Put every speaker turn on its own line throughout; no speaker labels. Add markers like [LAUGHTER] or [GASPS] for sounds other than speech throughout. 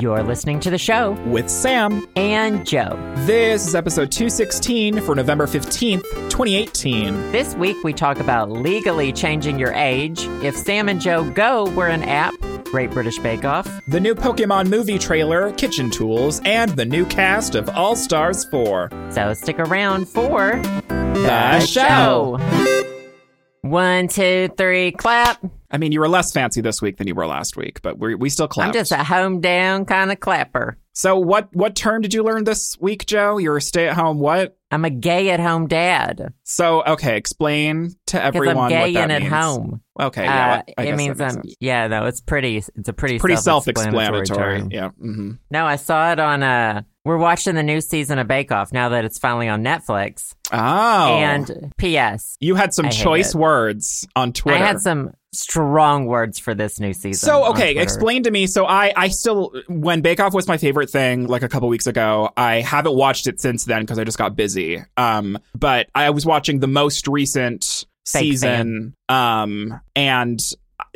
You're listening to the show
with Sam.
and Joe.
This is episode 216 for November 15th, 2018.
This week we talk about legally changing your age, if Sam and Joe Go were an app, Great British Bake Off,
The new Pokemon movie trailer, kitchen tools, and the new cast of All Stars 4.
So stick around for
The
One, two, three, clap.
I mean, you were less fancy this week than you were last week, but we, we still clapped.
I'm just a home down kind of clapper.
so, what what term did you learn this week, Joe? You're a stay at home what?
I'm a gay at home dad
So, okay, explain to
because
everyone
I'm
what
gay
that
and at
means.
home.
Okay,
Uh,
yeah, I, I
it
guess
means
that makes
I'm
sense.
yeah. No, it's pretty. It's a pretty
pretty
self-explanatory.
self-explanatory.
term.
Yeah. hmm
No, I saw it on Uh, we're watching the new season of Bake Off now that it's finally on Netflix.
Oh,
And P.S.
you had some
I hate
choice
it.
words on Twitter.
I had some strong words for this new season.
So
on
okay,
Twitter.
explain to me. So I, I still when Bake Off was my favorite thing like a couple weeks ago. I haven't watched it since then because I just got busy. Um, but I was watching the most recent
Fake
season. Um, and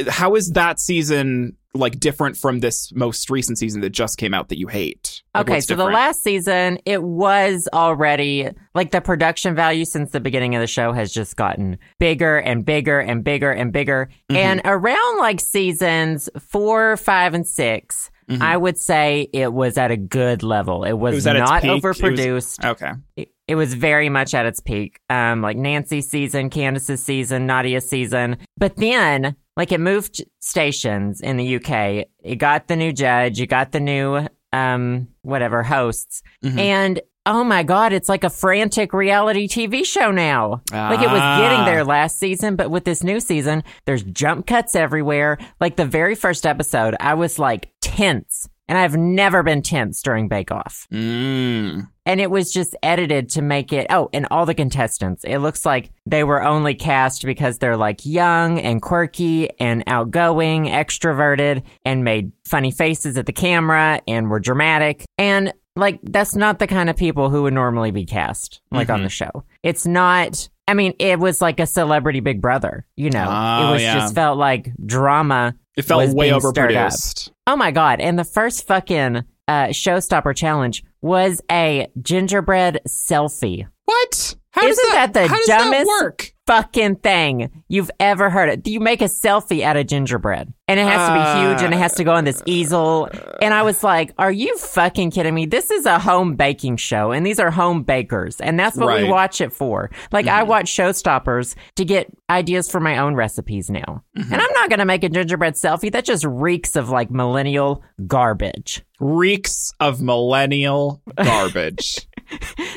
how is that season like different from this most recent season that just came out that you hate? Like,
Okay,
what's
so the
different?
last season, it was already like the production value since the beginning of the show has just gotten bigger and bigger and bigger and bigger.
Mm-hmm.
And around like seasons four, five, and 6
Mhm.
I would say it was at a good level. It was,
was at its
not
peak. It was-
overproduced.
Okay.
It, it was very much at its peak. Um, like Nancy's season, Candace's season, Nadia's season. But then, like, it moved stations in the UK. It got the new judge. It got the new, um, whatever hosts.
Mhm.
And oh my God, it's like a frantic reality TV show now. Like, it was getting
Ah.
there last season, but with this new season, there's jump cuts everywhere. Like, the very first episode, I was like tense. And I've never been tense during Bake Off
Mm.
and it was just edited to make it oh and all the contestants it looks like they were only cast because they're like young and quirky and outgoing extroverted and made funny faces at the camera and were dramatic and like that's not the kind of people who would normally be cast like on
Mhm.
the show it's not i mean it was like a celebrity big brother you know
Oh,
it was
yeah.
just felt like drama
It felt
was
way
being stirred up.
overproduced.
Oh my god! And the first fucking uh, showstopper challenge was a gingerbread selfie.
What? How
Isn't
does that,
that the
how does
dumbest-
that work?
Fucking thing you've ever heard it. You make a selfie out of gingerbread, and it has to be huge, and it has to go on this easel. And I was like, "Are you fucking kidding me? This is a home baking show, and these are home bakers, and that's what
Right.
we watch it for." Like I watch showstoppers to get ideas for my own recipes now, and I'm not gonna make a gingerbread selfie. That just reeks of like millennial garbage.
Reeks of millennial garbage.
[LAUGHS]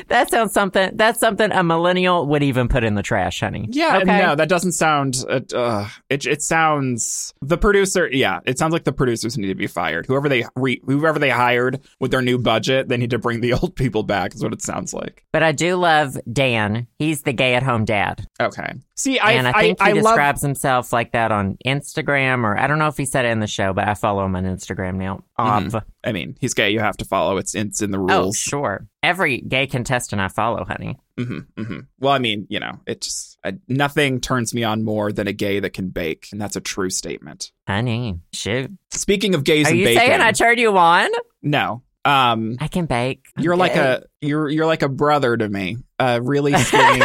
That sounds something. That's something a millennial would even put in the trash, honey.
Yeah,
Okay.
no, that doesn't sound. Uh, uh, it it sounds the producer. Yeah, it sounds like the producers need to be fired. Whoever they re, whoever they hired with their new budget, they need to bring the [LAUGHS] old people back. Is what it sounds like.
But I do love Dan. He's the gay at home dad,
Okay. See,
and
I
I
I,
think
I,
he
love.
describes himself like that on Instagram, or I don't know if he said it in the show, but I follow him on Instagram now.
Mhm.
Of
I mean, he's gay. You have to follow. It's it's in the
oh,
rules.
sure, every gay contestant I follow, honey.
hmm hmm Well, I mean, you know, it just I, nothing turns me on more than a gay that can bake, and that's a true statement.
Honey, shoot,
Speaking of gays
are
and
you
baking,
saying I turned you on?
no. Um,
I can bake. I'm
You're like
gay.
a you're you're like a brother to me.
[LAUGHS]
A really skinny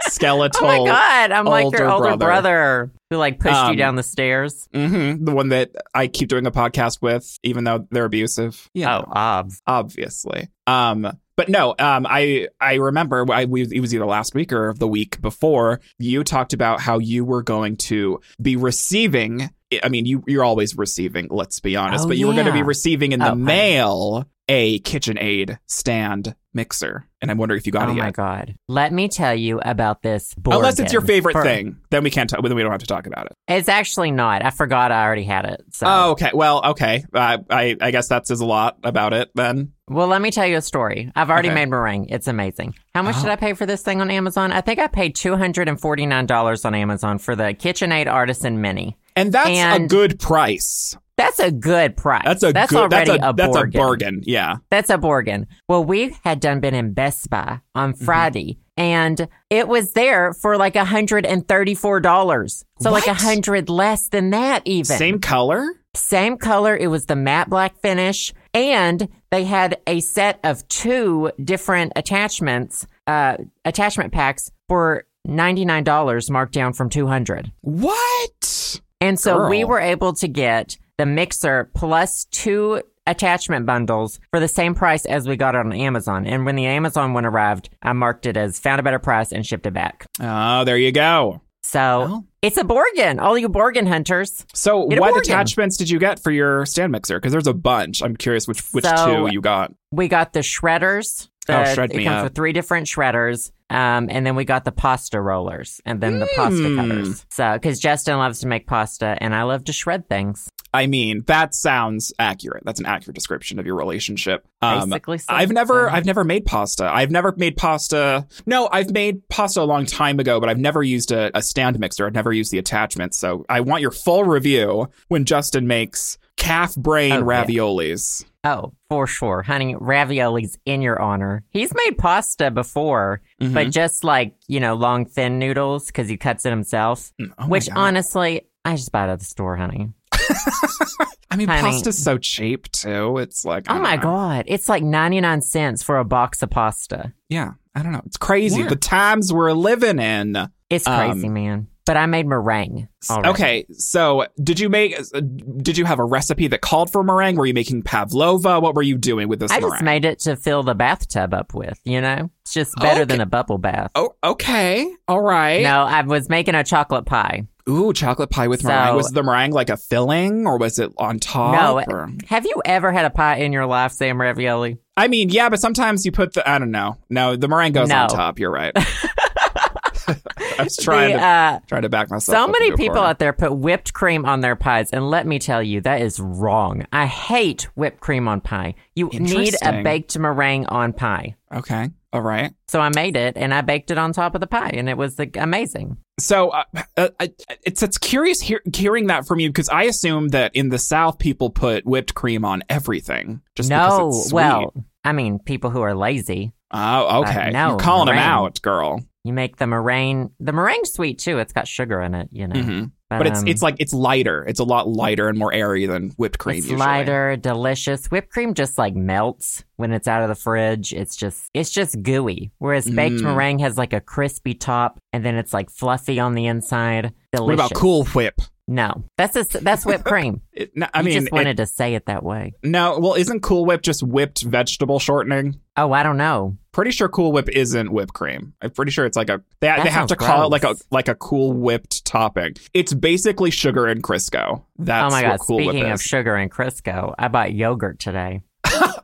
skeletal.
Oh my Oh god! I'm like your
older
older brother, who like pushed
Um,
you down the stairs.
hmm the one that I keep doing a podcast with, even though they're abusive. Yeah,
Oh, ob.
obviously. Um, but no, um, I I remember I we, it was either last week or the week before. You talked about how you were going to be receiving. I mean, you you're always receiving. Let's be honest,
Oh,
but you were going to
yeah.
be receiving in the
Oh, honey.
mail a KitchenAid stand mixer, and I'm wondering if you got
oh
it yet.
my god! Let me tell you about this. Borgen.
Unless it's your favorite
For-
thing, then we can't. Talk, then we don't have to talk about it.
It's actually not. I forgot I already had it. So.
Oh, okay. Well, okay. Uh, I I guess that says a lot about it then.
Well, let me tell you a story. I've already
Okay.
made meringue. It's amazing. How much
Oh.
did I pay for this thing on Amazon? I think I paid two hundred and forty nine dollars on Amazon for the KitchenAid Artisan Mini.
And that's a
And-
good price.
That's a good price.
That's a
that's
good.
already
that's a, that's a
bargain.
bargain. Yeah.
That's a bargain. Well, we had done been in Best Buy on
Mm-hmm.
Friday, and it was there for like hundred and thirty four dollars. So like a
What?
hundred less than that even.
Same color.
Same color. It was the matte black finish. And they had a set of two different attachments, uh, attachment packs for $99 marked down from 200
What?
And so we
Girl.
were able to get the mixer plus two attachment bundles for the same price as we got it on Amazon. And when the Amazon one arrived, I marked it as found a better price and shipped it back.
Oh, there you go.
So
Well.
it's a Borgen, all you Borgen hunters.
So,
Get a
what
Morgan.
attachments did you get for your stand mixer? Because there's a bunch. I'm curious which which
So-
two you got.
We got the shredders. The,
Oh, shred
it
me
comes
up.
with three different shredders. Um, and then we got the pasta rollers and then the pasta
Mm.
cutters. So, because Justin loves to make pasta and I love to shred things.
I mean, that sounds accurate. That's an accurate description of your relationship. Um,
Basically, so-
I've never
so-
I've never made pasta. I've never made pasta. No, I've made pasta a long time ago, but I've never used a, a stand mixer. I've never used the attachments. So I want your full review when Justin makes calf brain
Oh, yeah.
raviolis.
Oh, for sure. Honey, ravioli's in your honor. He's made pasta before,
Mhm.
but just like, you know, long thin noodles because he cuts it himself,
Mm, oh my
Hmm. which
God.
honestly, I just buy it at the store, honey.
I mean,
honey.
pasta's so cheap too. It's like I
Oh
don't
my
know.
God. It's like 99 cents for a box of pasta.
Yeah, I don't know. It's crazy.
Yeah.
The times we're living in.
It's crazy,
Um,
man. But I made meringue. already.
Okay, so did you make? uh, Did you have a recipe that called for meringue? Were you making pavlova? What were you doing with this
I
meringue?
just made it to fill the bathtub up with, you know? It's just better than
Okay.
a bubble bath.
oh, okay, all right.
No, I was making a chocolate pie.
Ooh, chocolate pie with
So-
meringue. Was the meringue like a filling, or was it on top?
No.
or-
Have you ever had a pie in your life, Sam Ravioli?
I mean, yeah, but sometimes you put the. I don't know. No, the meringue goes
No.
on top.
[LAUGHS]
You're right. [LAUGHS] I was trying
The,
to
uh,
trying to back myself.
So
up
many
into a
people
corner.
out there put whipped cream on their pies, and let me tell you, that is wrong. I hate whipped cream on pie. You need a
Interesting.
baked meringue on pie.
Okay, all right.
So I made it, and I baked it on top of the pie, and it was like, amazing.
So uh, uh, I- it's it's curious hear, hearing that from you because I assume that in the South people put whipped cream on everything. Just
no,
because it's sweet.
well, I mean, people who are lazy,
oh okay,
but no,
you're calling them
meringue.
out, girl.
you make the meringue. The meringue's sweet too. It's got sugar in it, you know.
hmm But it's
um,
it's like it's lighter. It's a lot lighter and more airy than whipped cream.
It's
usually.
lighter, delicious. Whipped cream just like melts when it's out of the fridge. It's just it's just gooey. Whereas baked
Mm.
meringue has like a crispy top and then it's like fluffy on the inside.
What
Delicious.
about Cool Whip?
No, that's a, that's
[LAUGHS]
whipped cream.
It, no, I
you
mean,
just wanted to say it that way.
it- no. Well, isn't Cool Whip just whipped vegetable shortening?
Oh, I don't know.
Pretty sure Cool Whip isn't whipped cream. I'm pretty sure it's like a they,
That
they have
sounds
to call it like a
gross.
like a Cool Whipped topping. It's basically sugar and Crisco. That's
oh my
what
god!
Cool Whip
Speaking
is.
of sugar and Crisco, I bought yogurt today.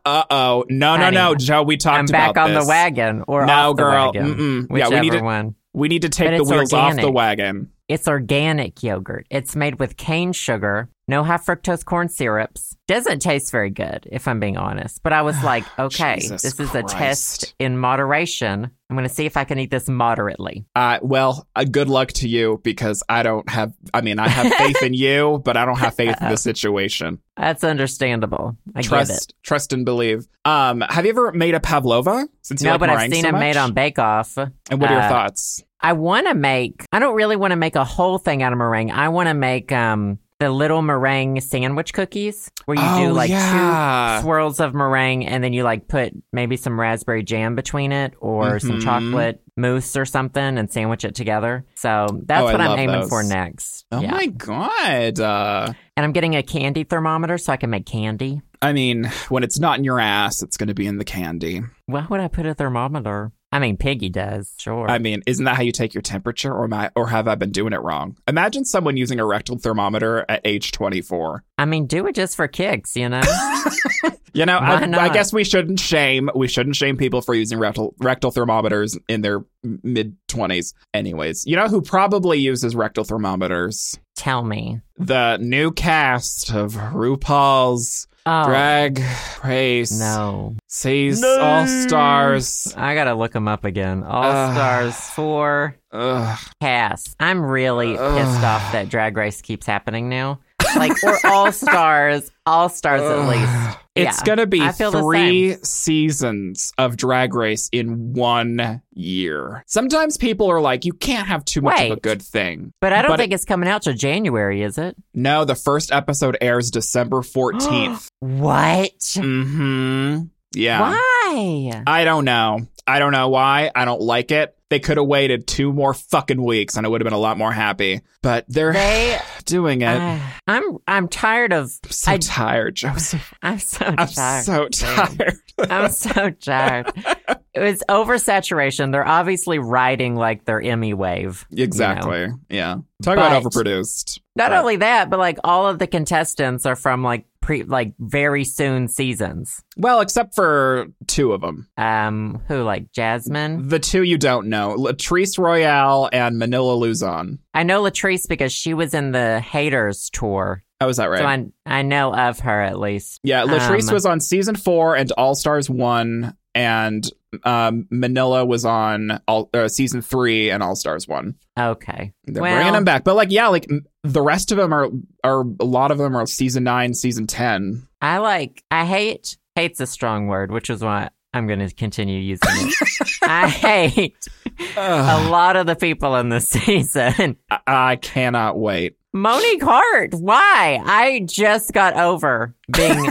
Uh oh, no, no,
Honey,
no, Joe. We talked
I'm
about
back on
this.
the wagon or
No,
off the
girl.
wagon,
Mm-mm. Yeah, we need
whichever
to-
one.
We need to
But
take the
it's
wheels off the
organic.
wagon.
It's organic yogurt. It's made with cane sugar, no high fructose corn syrups. Doesn't taste very good, if I'm being honest. But I
[SIGHS]
was like, okay,
Jesus
this is a
Christ.
test in moderation. I'm going to see if I can eat this moderately.
Uh, well, uh, good luck to you because I don't have. I mean, I have faith in you, but I don't have faith
[LAUGHS]
in the situation.
That's understandable. I get it.
trust, trust, and believe. Um, have you ever made a pavlova? Since you
No,
like
but I've
meringue
seen
so
them made
much?
on Bake Off.
And what are your
uh,
thoughts?
I want to make. I don't really want to make a whole thing out of meringue. I want to make um the little meringue sandwich cookies where you do
Oh,
like
yeah.
two swirls of meringue and then you like put maybe some raspberry jam between it or some
Mhm.
chocolate mousse or something and sandwich it together. So that's
Oh, I
what I'm
love
aiming
those.
for next.
Oh
yeah.
my god! Uh,
And I'm getting a candy thermometer so I can make candy.
I mean, when it's not in your ass, it's going to be in the candy.
Why would I put a thermometer? I mean, Piggy does, sure.
I mean, isn't that how you take your temperature, or am I, or have I been doing it wrong? Imagine someone using a rectal thermometer at age 24.
I mean, do it just for kicks,
[LAUGHS]
you know?
You know,
Why
I, I
not?
guess we shouldn't shame we shouldn't shame people for using rectal rectal thermometers in their mid 20s. Anyways, you know who probably uses rectal thermometers?
Tell me.
The new cast of RuPaul's
Oh,
Drag Race
no.
Sees
No.
All Stars.
I gotta look them up again. All
Ugh.
Stars for
Ugh.
Cass. I'm really
Ugh. Uh,
pissed off that Drag Race keeps happening now. like or
[LAUGHS]
all stars, all stars at least.
[SIGHS] It's
Yeah,
gonna be
I feel the
three seasons of Drag Race in one year. Sometimes people are like, "You can't have too much of a
Wait.
good thing."
But I don't
But
think it's coming out till January, is it?
No, the first episode airs
[GASPS]
December fourteenth.
What?
mm-hmm. Yeah.
Why?
I don't know. I don't know why. I don't like it. They could have waited two more fucking weeks, and I would have been a lot more happy. But they're [LAUGHS]
They
doing it.
I- I'm I'm tired of
I'm so
I-
tired, Joseph.
[LAUGHS] I'm so
I'm
tired.
so tired.
I'm so tired. It was oversaturation. They're obviously riding like their Emmy wave. you know?
exactly. Yeah. Talk about
But-
overproduced.
Not
Right.
only that, but like all of the contestants are from like pre like very soon seasons.
Well, except for two of them.
Um, who like Jasmine?
The two you don't know Latrice Royale and Manila Luzon.
I know Latrice because she was in the Haters tour,
Oh, is that right?
so I I know of her at least.
yeah. Latrice
um,
was on season four and All Stars one, and um, Manila was on all, uh, season three and All Stars one.
Okay,
They're
Well-
bringing them back. But, like, yeah, like m- the rest of them are, are a lot of them are season nine, season 10.
I like I hate hates a strong word, which is why I'm going to continue using it. I hate a lot of the people in this [LAUGHS] season.
I-, I cannot wait.
Monique Hart, why? I just got over being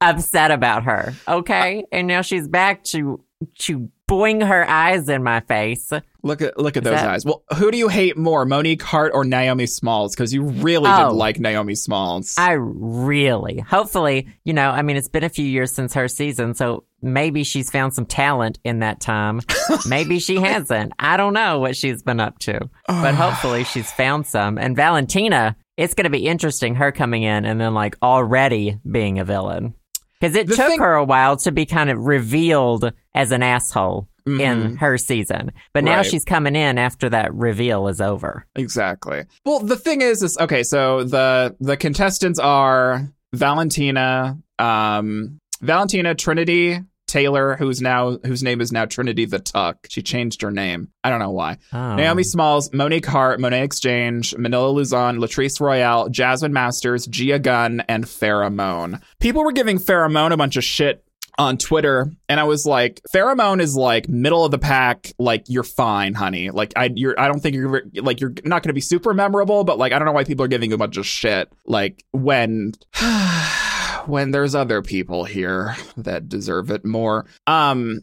upset about her. Okay. And now she's back to to boing her eyes in my face.
Look at look at
Is
those
that-
eyes. Well, who do you hate more, Monique Hart or Naomi Smalls? Because you really
Oh.
did like Naomi Smalls.
I really hopefully, you know, I mean it's been a few years since her season, so maybe she's found some talent in that
[LAUGHS]
time. maybe she hasn't. I don't know what she's been up to. But hopefully she's found some. And Valentina, it's gonna be interesting her coming in and then like already being a villain. Because it
The
took
thing-
her a while to be kind of revealed as an asshole in
Mhm.
her season. But now
Right.
she's coming in after that reveal is over.
exactly. Well, the thing is, is okay. So the the contestants are Valentina, um, Valentina Trinity Taylor, who's now whose name is now Trinity the Tuck. She changed her name. I don't know why.
Oh.
Naomi Smalls, Monique Hart, Monet Exchange, Manila Luzon, Latrice Royale, Jasmine Masters, Gia Gunn, and Pheromone. People were giving Pheromone a bunch of shit on Twitter, and I was like, Pheromone is like middle of the pack. Like you're fine, honey. Like I, you're, I don't think you're like you're not going to be super memorable, but like I don't know why people are giving you a bunch of shit. Like when. [SIGHS] When there's other people here that deserve it more. Um,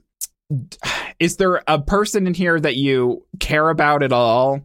is there a person in here that you care about at all?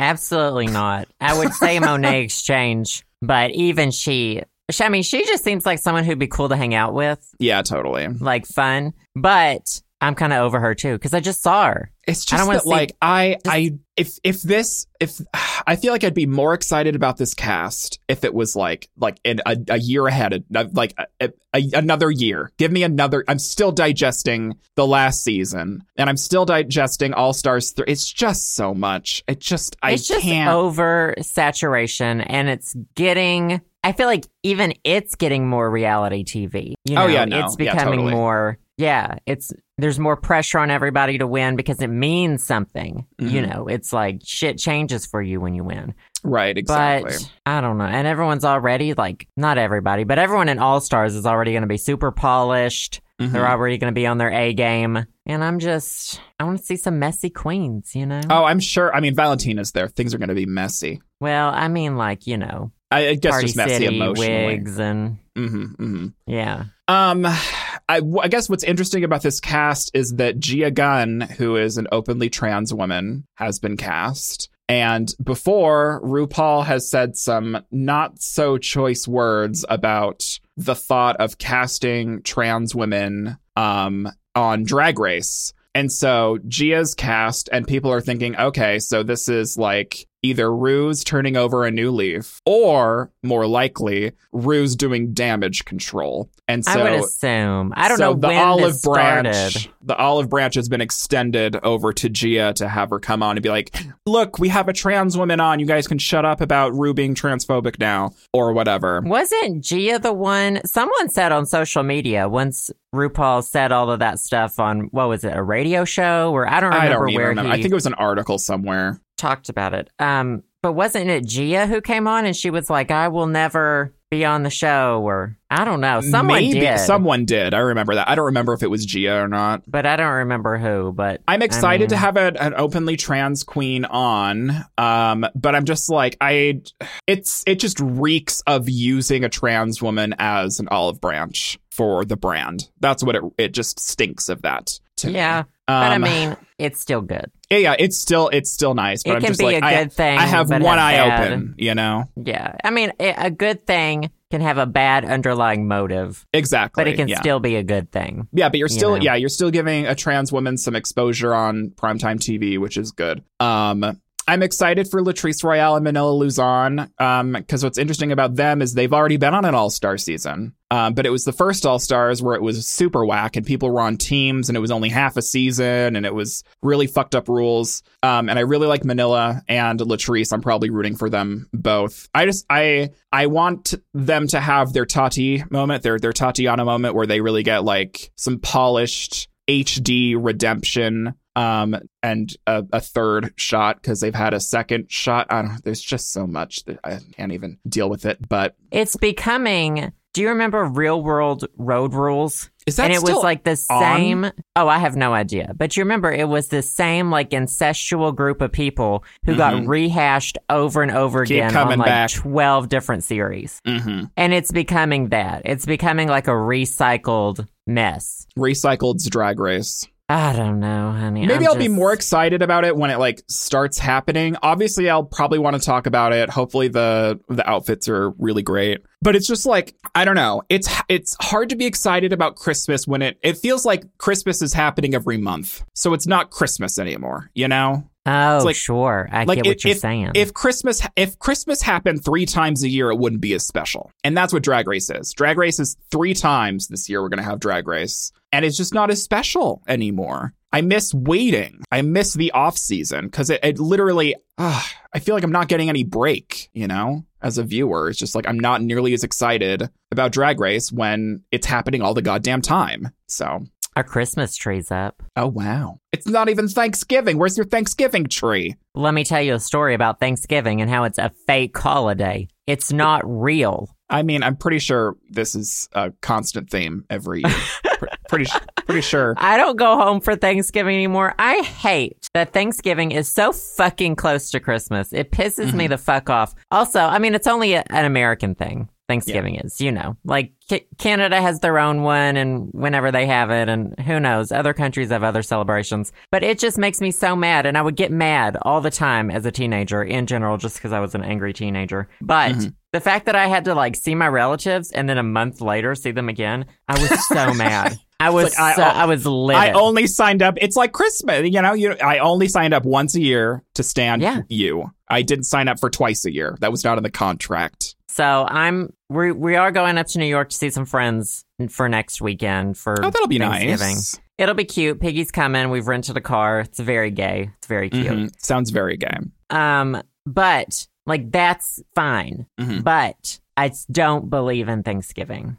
Absolutely not. I would say Monet Exchange, but even she, she- I mean, she just seems like someone who'd be cool to hang out with,
Yeah, totally.
like fun. But I'm kind of over her too because I just saw her.
It's
I
just
don't wanna
that,
see-
like, I, I, if, if this, if [SIGHS] I feel like I'd be more excited about this cast if it was like, like in a, a year ahead, uh, like a, a, another year. Give me another. I'm still digesting the last season, and I'm still digesting All Stars three. It's just so much. It just, I
it's just
can't.
over saturation, and it's getting. I feel like even it's getting more reality TV. You know,
Oh, yeah, no.
it's
Yeah,
becoming
totally.
more. Yeah, it's there's more pressure on everybody to win because it means something. You
Mhm.
know, it's like shit changes for you when you win.
right, exactly.
But I don't know. And everyone's already like not everybody, but everyone in All Stars is already going to be super polished.
Mhm.
They're already going to be on their A game. And I'm just I want to see some messy queens, you know.
Oh, I'm sure. I mean, Valentina's there. Things are going to be messy.
Well, I mean like, you know,
I, I guess
Party
just messy
City
emotionally.
wigs and
hmm hmm
yeah.
Um, I, w- I guess what's interesting about this cast is that Gia Gunn, who is an openly trans woman, has been cast. And before, RuPaul has said some not so choice words about the thought of casting trans women um, on Drag Race. And so Gia's cast, and people are thinking, okay, so this is like either Rue's turning over a new leaf, or more likely, Rue's doing damage control. And so
I would assume. I don't
so
know
the
when
olive
this
branch,
started.
the olive branch has been extended over to Gia to have her come on and be like, "Look, we have a trans woman on. You guys can shut up about Rue being transphobic now, or whatever."
Wasn't Gia the one? Someone said on social media once RuPaul said all of that stuff on what was it, a radio show? Or I don't remember
I don't even
where
remember.
he
I think it was an article somewhere.
talked about it. Um, But wasn't it Gia who came on and she was like, I will never be on the show or I don't know. Someone
Maybe
did.
someone did. I remember that. I don't remember if it was Gia or not.
but I don't remember who, but
I'm excited to
mean-
have a, an openly trans queen on, um, but I'm just like I, it's it just reeks of using a trans woman as an olive branch for the brand. That's what it it just stinks of that. To me.
yeah.
um,
But I mean, it's still good.
yeah, yeah, it's still it's still nice, but
It
I'm
can
just
be
like
a
I,
good thing.
I have
but
one
a
eye
bad-
open, you know
Yeah. I mean, a a good thing can have a bad underlying motive,
exactly,
but it can
yeah.
still be a good thing.
Yeah, but you're
you
still
know.
yeah, you're still giving a trans woman some exposure on primetime TV, which is good. Um I'm excited for Latrice Royale and Manila Luzon because what's interesting about them is they've already been on an All Star season, um, but it was the first All Stars where it was super whack and people were on teams and it was only half a season and it was really fucked up rules. Um, and I really like Manila and Latrice. I'm probably rooting for them both. I just I I want them to have their Tati moment, their their Tatiana moment where they really get like some polished HD redemption um and a, a third shot because they've had a second shot. I don't there's just so much that I can't even deal with it. But
It's becoming. Do you remember Real World Road Rules?
is that
and it
still
was like the
on?
same. Oh, I have no idea. But you remember, it was the same like incestual group of people who got
Mhm.
rehashed over and over
Keep
again
coming
on like
back.
twelve different series,
Mhm.
and it's becoming that. It's becoming like a recycled mess.
recycled's drag race?
I don't know, honey.
Maybe
i
I'll be more excited about it when it like starts happening. Obviously, I'll probably want to talk about it. Hopefully, the the outfits are really great. But it's just like I don't know. It's it's hard to be excited about Christmas when it it feels like Christmas is happening every month. So it's not Christmas anymore. You know.
Oh,
like-
sure. I
like
get
if-
what you're saying.
If Christmas if Christmas happened three times a year, it wouldn't be as special. And that's what Drag Race is. Drag Race is three times this year. We're gonna have Drag Race, and it's just not as special anymore. I miss waiting. I miss the off season because it, it literally. ah, I feel like I'm not getting any break. You know, as a viewer, it's just like I'm not nearly as excited about Drag Race when it's happening all the goddamn time. So.
Our Christmas tree's up.
Oh wow. It's not even Thanksgiving. Where's your Thanksgiving tree?
Let me tell you a story about Thanksgiving and how it's a fake holiday. It's not real.
I mean, I'm pretty sure this is a constant theme every year. Pr- pretty, su-
[LAUGHS]
pretty sure.
I don't go home for Thanksgiving anymore. I hate that Thanksgiving is so fucking close to Christmas. It pisses
Mm-hmm.
me the fuck off. Also, I mean, it's only a, an American thing. Thanksgiving is, you know, like C- Canada has their own one and whenever they have it, and who knows, other countries have other celebrations. But it just makes me so mad. And I would get mad all the time as a teenager in general, just because I was an angry teenager. But
Mm-hmm.
the fact that I had to like see my relatives and then a month later see them again, I was
[LAUGHS]
so mad. I was
It's like, I-
so, I was livid.
I only signed up. It's like Christmas, you know. You, I only signed up once a year to stand
Yeah.
you. I didn't sign up for twice a year. That was not in the contract.
So I'm we we are going up to New York to see some friends for next weekend for
Oh, that'll be
Thanksgiving.
nice.
It'll be cute. Piggy's coming. We've rented a car. It's very gay. It's very cute.
Mhm. Sounds very gay.
Um, but like that's fine.
Mhm.
But I s- don't believe in Thanksgiving.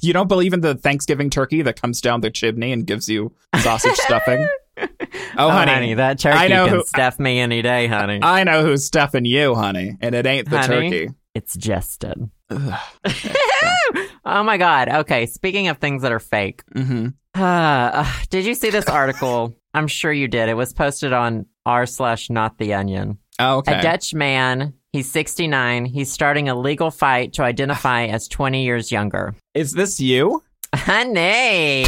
You don't believe in the Thanksgiving turkey that comes down the chimney and gives you
[LAUGHS]
sausage stuffing? Oh, honey.
that turkey
I know
can
who-
stuff me any day, honey.
I know who's stuffing you, honey, and it ain't the
Honey?
turkey.
it's Justin.
Ugh.
[LAUGHS] Oh my god. Okay. Speaking of things that are fake,
hmm
Uh, [SIGHS] did you see this article? I'm sure you did. It was posted on r slash not the onion.
Oh, okay.
A Dutch man, he's 69. He's starting a legal fight to
[SIGHS]
identify as 20 years younger.
Is this you? [LAUGHS]
Honey.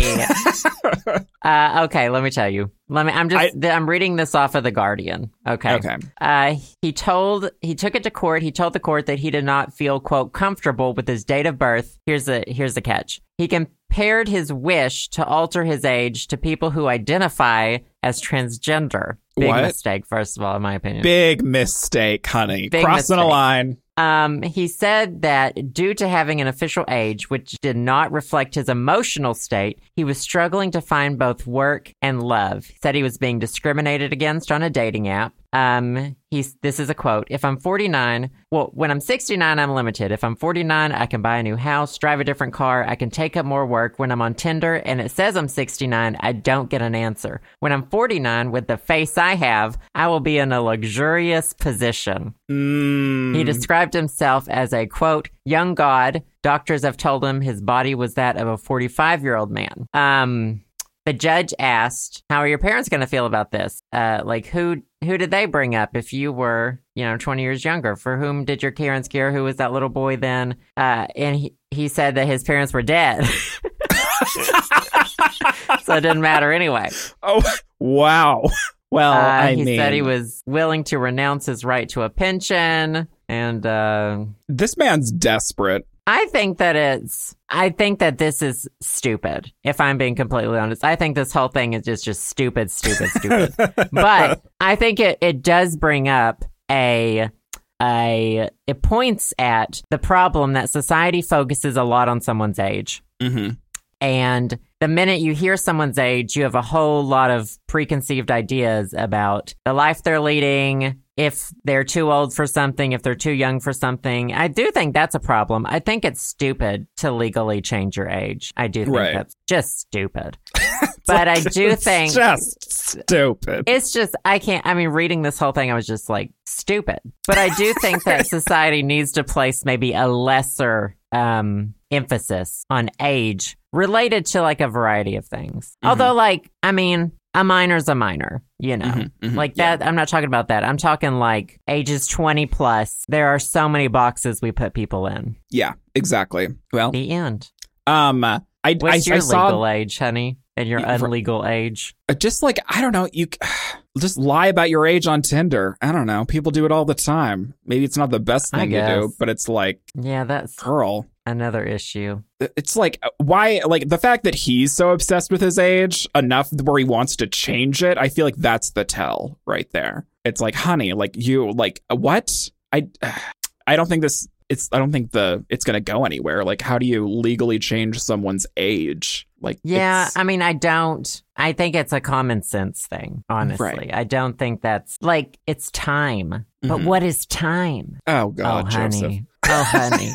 uh, okay, let me tell you. Let me. I'm just.
I-
th- I'm reading this off of the Guardian. Okay.
Okay.
Uh, he told he took it to court. He told the court that he did not feel quote comfortable with his date of birth. Here's the here's the catch. He compared his wish to alter his age to people who identify as transgender. Big
What?
mistake, first of all, in my opinion.
Big mistake, honey.
Big
Crossing a
mistake.
line.
Um, he said that due to having an official age which did not reflect his emotional state, he was struggling to find both work and love. He said he was being discriminated against on a dating app. Um, he's, this is a quote. If I'm 49, well, when I'm 69, I'm limited. If I'm 49, I can buy a new house, drive a different car. I can take up more work. When I'm on Tinder and it says I'm 69, I don't get an answer. When I'm 49, with the face I have, I will be in a luxurious position.
Mm.
He described himself as a quote, young god. Doctors have told him his body was that of a 45 year old man. Um, the judge asked, "How are your parents going to feel about this? Uh, like who who did they bring up if you were you know 20 years younger? For whom did your parents care? Who was that little boy then?" Uh, and he he said that his parents were dead, [LAUGHS] so it didn't matter
[LAUGHS]
anyway.
oh wow. [LAUGHS] Well,
Uh,
Oh, I
he
mean,
said he was willing to renounce his right to a pension, and uh,
this man's desperate.
I think that it's. I think that this is stupid. If I'm being completely honest, I think this whole thing is just just stupid, stupid, stupid. but I think it it does bring up a a it points at the problem that society focuses a lot on someone's age.
hmm
And the minute you hear someone's age, you have a whole lot of preconceived ideas about the life they're leading, if they're too old for something, if they're too young for something. I do think that's a problem. I think it's stupid to legally change your age. I do think
Right.
that's just stupid. but I do
[LAUGHS] It's
think
just stupid.
it's just I can't. I mean, reading this whole thing, I was just like stupid. But I do think
[LAUGHS]
that society needs to place maybe a lesser um, emphasis on age related to like a variety of things.
Mhm.
Although, like, I mean, a minor's a minor, you know.
Mhm, mhm.
Like that, I'm not talking about that. I'm talking like ages 20 plus. There are so many boxes we put people in.
Yeah, exactly. Well,
The end.
um, I I, I
What's your
saw
legal age, honey? And your
Yeah, for-
unlegal age?
just like I don't know. You [SIGHS] just lie about your age on Tinder. I don't know. People do it all the time. Maybe it's not the best
I
thing to do,
guess.
but it's like,
Yeah, that's
girl,
another issue.
it's like uh, why? Like the fact that he's so obsessed with his age enough where he wants to change it. I feel like that's the tell right there. It's like, honey, like you, like uh, what? I, [SIGHS] I don't think this. It's. I don't think the. It's gonna go anywhere. Like, how do you legally change someone's age? Like,
Yeah,
it's-
I mean, I don't. I think it's a common sense thing, honestly. I don't think that's like it's time. But
Mhm.
what is time?
Oh God,
oh,
Joseph.
honey. Oh,
[LAUGHS]
honey.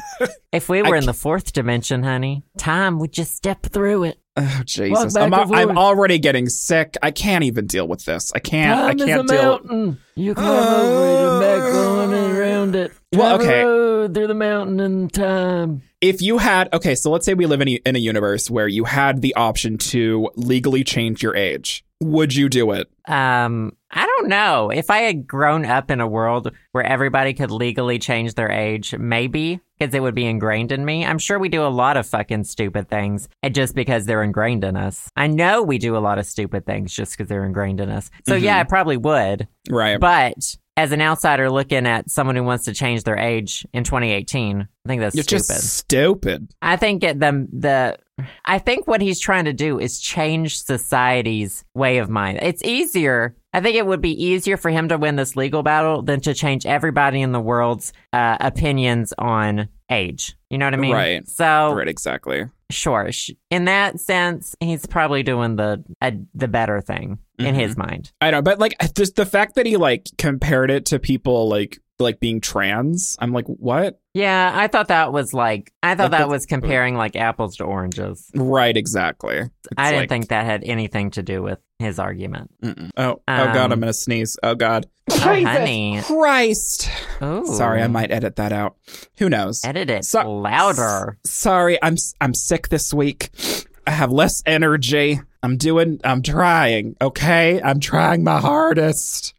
if we
I
were in the fourth dimension, honey, time would just step through it.
Oh Jesus!
back
I'm,
and
I'm
forth.
already getting sick. I can't even deal with this. I can't.
time
I can't
is a
deal. Ah.
mountain. You climb over it and back on and around it.
Well,
Drive a
okay.
road through the mountain and time.
If you had okay, so let's say we live in a, in a universe where you had the option to legally change your age. Would you do it?
Um, I don't know. If I had grown up in a world where everybody could legally change their age, maybe because it would be ingrained in me. I'm sure we do a lot of fucking stupid things and just because they're ingrained in us. I know we do a lot of stupid things just because they're ingrained in us. So
Mm-hmm.
yeah, I probably would.
Right.
But as an outsider looking at someone who wants to change their age in 2018, I think that's
You're
stupid.
just stupid.
I think it, the the I think what he's trying to do is change society's way of mind. It's easier. I think it would be easier for him to win this legal battle than to change everybody in the world's uh, opinions on age. You know what I mean?
Right.
So
Right. Exactly.
sure, sh- in that sense, he's probably doing the uh, the better thing in his
Mm-hmm.
mind.
I know, but like just the fact that he like compared it to people like like being trans. I'm like, what?
Yeah, I thought that was like I thought
Like
that
that's-
was comparing like apples to oranges.
Right. Exactly.
I didn't
like-
think that had anything to do with his argument.
Mm-mm. Oh. oh God.
Um,
I'm gonna sneeze. Oh God.
Oh, honey.
Christ.
Ooh.
Sorry, I might edit that out. Who knows?
Edit it
So-
louder.
Sorry, I'm s- I'm sick this week. I have less energy. I'm doing. I'm trying. Okay, I'm trying my hardest.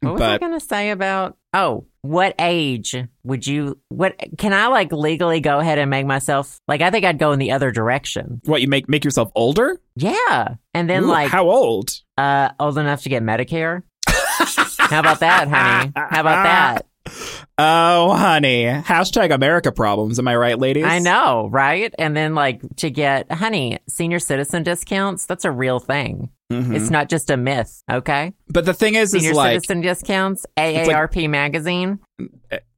What was I
But
going to say about? Oh, what age would you? What can I like legally go ahead and make myself like? I think I'd go in the other direction.
what you make make yourself older?
Yeah, and then
Ooh,
like
how old?
uh, old enough to get Medicare. How about that, honey? How about
[LAUGHS]
that?
Ah, Oh, honey. Hashtag America problems. Am I right, ladies?
I know, right? And then like to get, honey, senior citizen discounts. That's a real thing.
Mhm.
It's not just a myth. Okay,
But the thing is,
senior
is like,
citizen discounts.
like-
AARP magazine.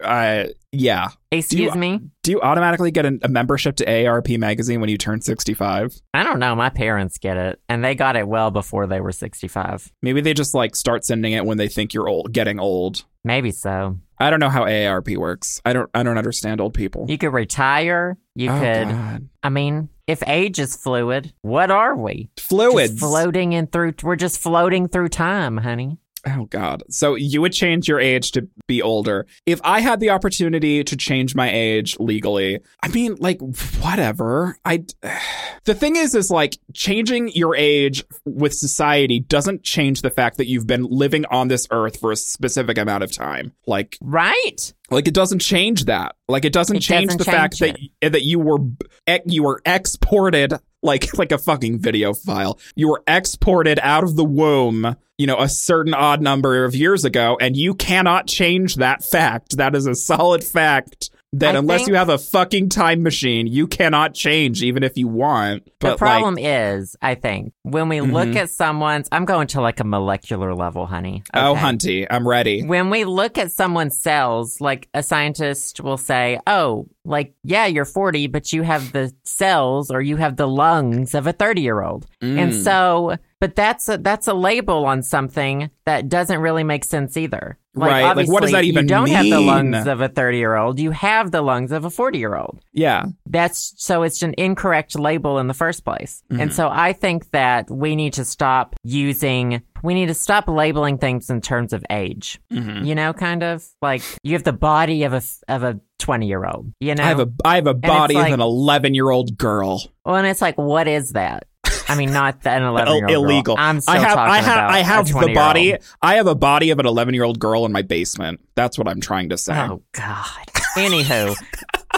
uh, yeah.
Excuse me.
Do you automatically get an, a membership to AARP magazine when you turn sixty-five?
I don't know. My parents get it, and they got it well before they were 65.
Maybe they just like start sending it when they think you're old, getting old.
Maybe so.
I don't know how AARP works. I don't. I don't understand old people.
You could retire. You
Oh,
could.
God.
I mean, if age is fluid, what are we? Just
fluids.
floating in through. We're just floating through time, honey.
Oh God. So you would change your age to be older. If I had the opportunity to change my age legally, I mean, like, whatever. I [SIGHS] the thing is, is like changing your age with society doesn't change the fact that you've been living on this earth for a specific amount of time. Like
Right?
like it doesn't change that. Like it doesn't
It
change
doesn't
the fact
change
that that you were ex- you were exported like [LAUGHS] like a fucking video file. You were exported out of the womb, you know, a certain odd number of years ago, and you cannot change that fact. That is a solid fact. That
I
unless
think-
you have a fucking time machine, you cannot change, even if you want. But Mm-hmm.
the problem is, I think, when we look at someone's, I'm going to like a molecular level, honey.
like, oh,
Okay?
Hunty, I'm ready.
When we look at someone's cells, like a scientist will say, oh, like, yeah, you're 40, but you have the cells or you have the lungs of a 30 year old. And
Mm.
so, but that's a, that's a label on something that doesn't really make sense either.
Right, like, what
obviously,
does that even
You don't have the
mean?
lungs of a 30 year old, you have the lungs of a 40 year old
yeah,
that's so it's an incorrect label in the first place. And
Mhm.
so I think that we need to stop using we need to stop labeling things in terms of age.
Mhm.
Mm-hmm. You know, kind of like you have the body of a of a 20-year-old, you know?
I have a I have a
it's
body of
like-
an 11 year old girl.
well, and it's like what is that? I mean, not
[LAUGHS]
that an 11-year-old girl.
Oh, illegal.
I'm still
I have,
talking
I have,
about
I
a
have the
20-year-old.
body. I have a body of an 11 year old girl in my basement. That's what I'm trying to say.
Oh god.
[LAUGHS]
Anywho,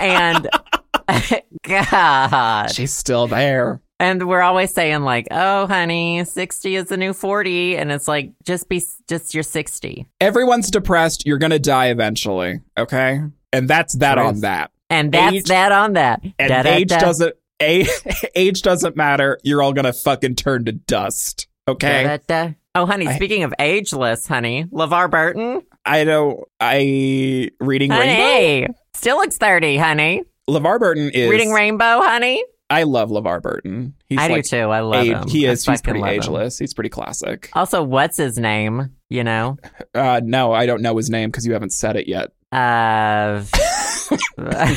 and [LAUGHS] god.
She's still there.
And we're always saying like, "Oh, honey, 60 is the new 40." And it's like, just be just you're 60.
Everyone's depressed. You're gonna die eventually. Okay, and that's that
True.
on that.
And that's
Age-
that on that.
And
Da, da,
age
da,
doesn't a, [LAUGHS] age doesn't matter. You're all gonna fucking turn to dust. Okay,
da, da, da. Oh, honey,
I-
speaking of ageless, honey, LeVar Burton,
I know. I reading Rainbow.
honey, still looks 30, honey.
LeVar Burton is.
Reading Rainbow, honey.
I love LeVar Burton. He's
I
like
do too. I love
age-
him.
He
I
is. He's
fucking
pretty
love him.
ageless. He's pretty classic.
Also, what's his name? You know,
Uh, no, I don't know his name because you haven't said it yet. [LAUGHS]
uh,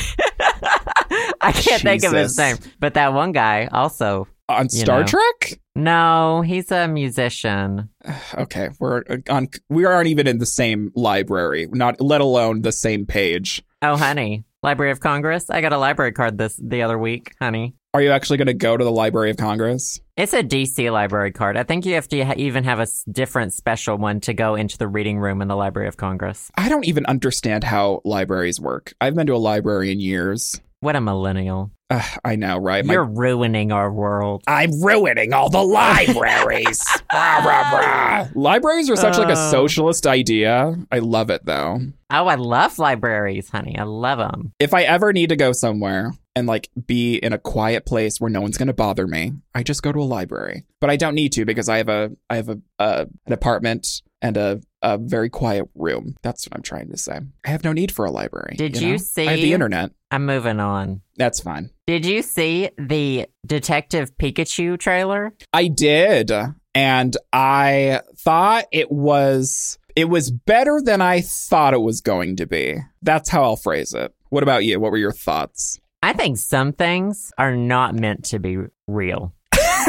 [LAUGHS] I can't think of
Jesus.
his name, but that one guy also.
On
You
Star
know.
Trek?
No, he's a musician.
Okay, we're uh, on. We aren't even in the same library. Not let alone the same page.
Oh, honey. Library of Congress. I got a library card this the other week, honey.
Are you actually going to go to the Library of Congress?
It's a DC library card. I think you have to ha- even have a s- different special one to go into the reading room in the Library of Congress.
I don't even understand how libraries work. I've been to a library in years.
What a millennial.
Uh, I know, right? My-
You're ruining our world.
I'm ruining all
[LAUGHS]
the libraries. Rah, rah, rah. Libraries are such like a
Oh.
socialist idea. I love it though.
Oh, I love libraries, honey. I love them.
if I ever need to go somewhere and like be in a quiet place where no one's going to bother me, I just go to a library. But I don't need to because I have a I have a uh, an apartment and a a very quiet room. That's what I'm trying to say. I have no need for a library.
Did
know?
you
I have the
see-
internet.
I'm moving on.
That's fine.
Did you see the Detective Pikachu trailer?
I did, and I thought it was it was better than I thought it was going to be. That's how I'll phrase it. What about you? What were your thoughts?
I think some things are not meant to be
[LAUGHS]
real.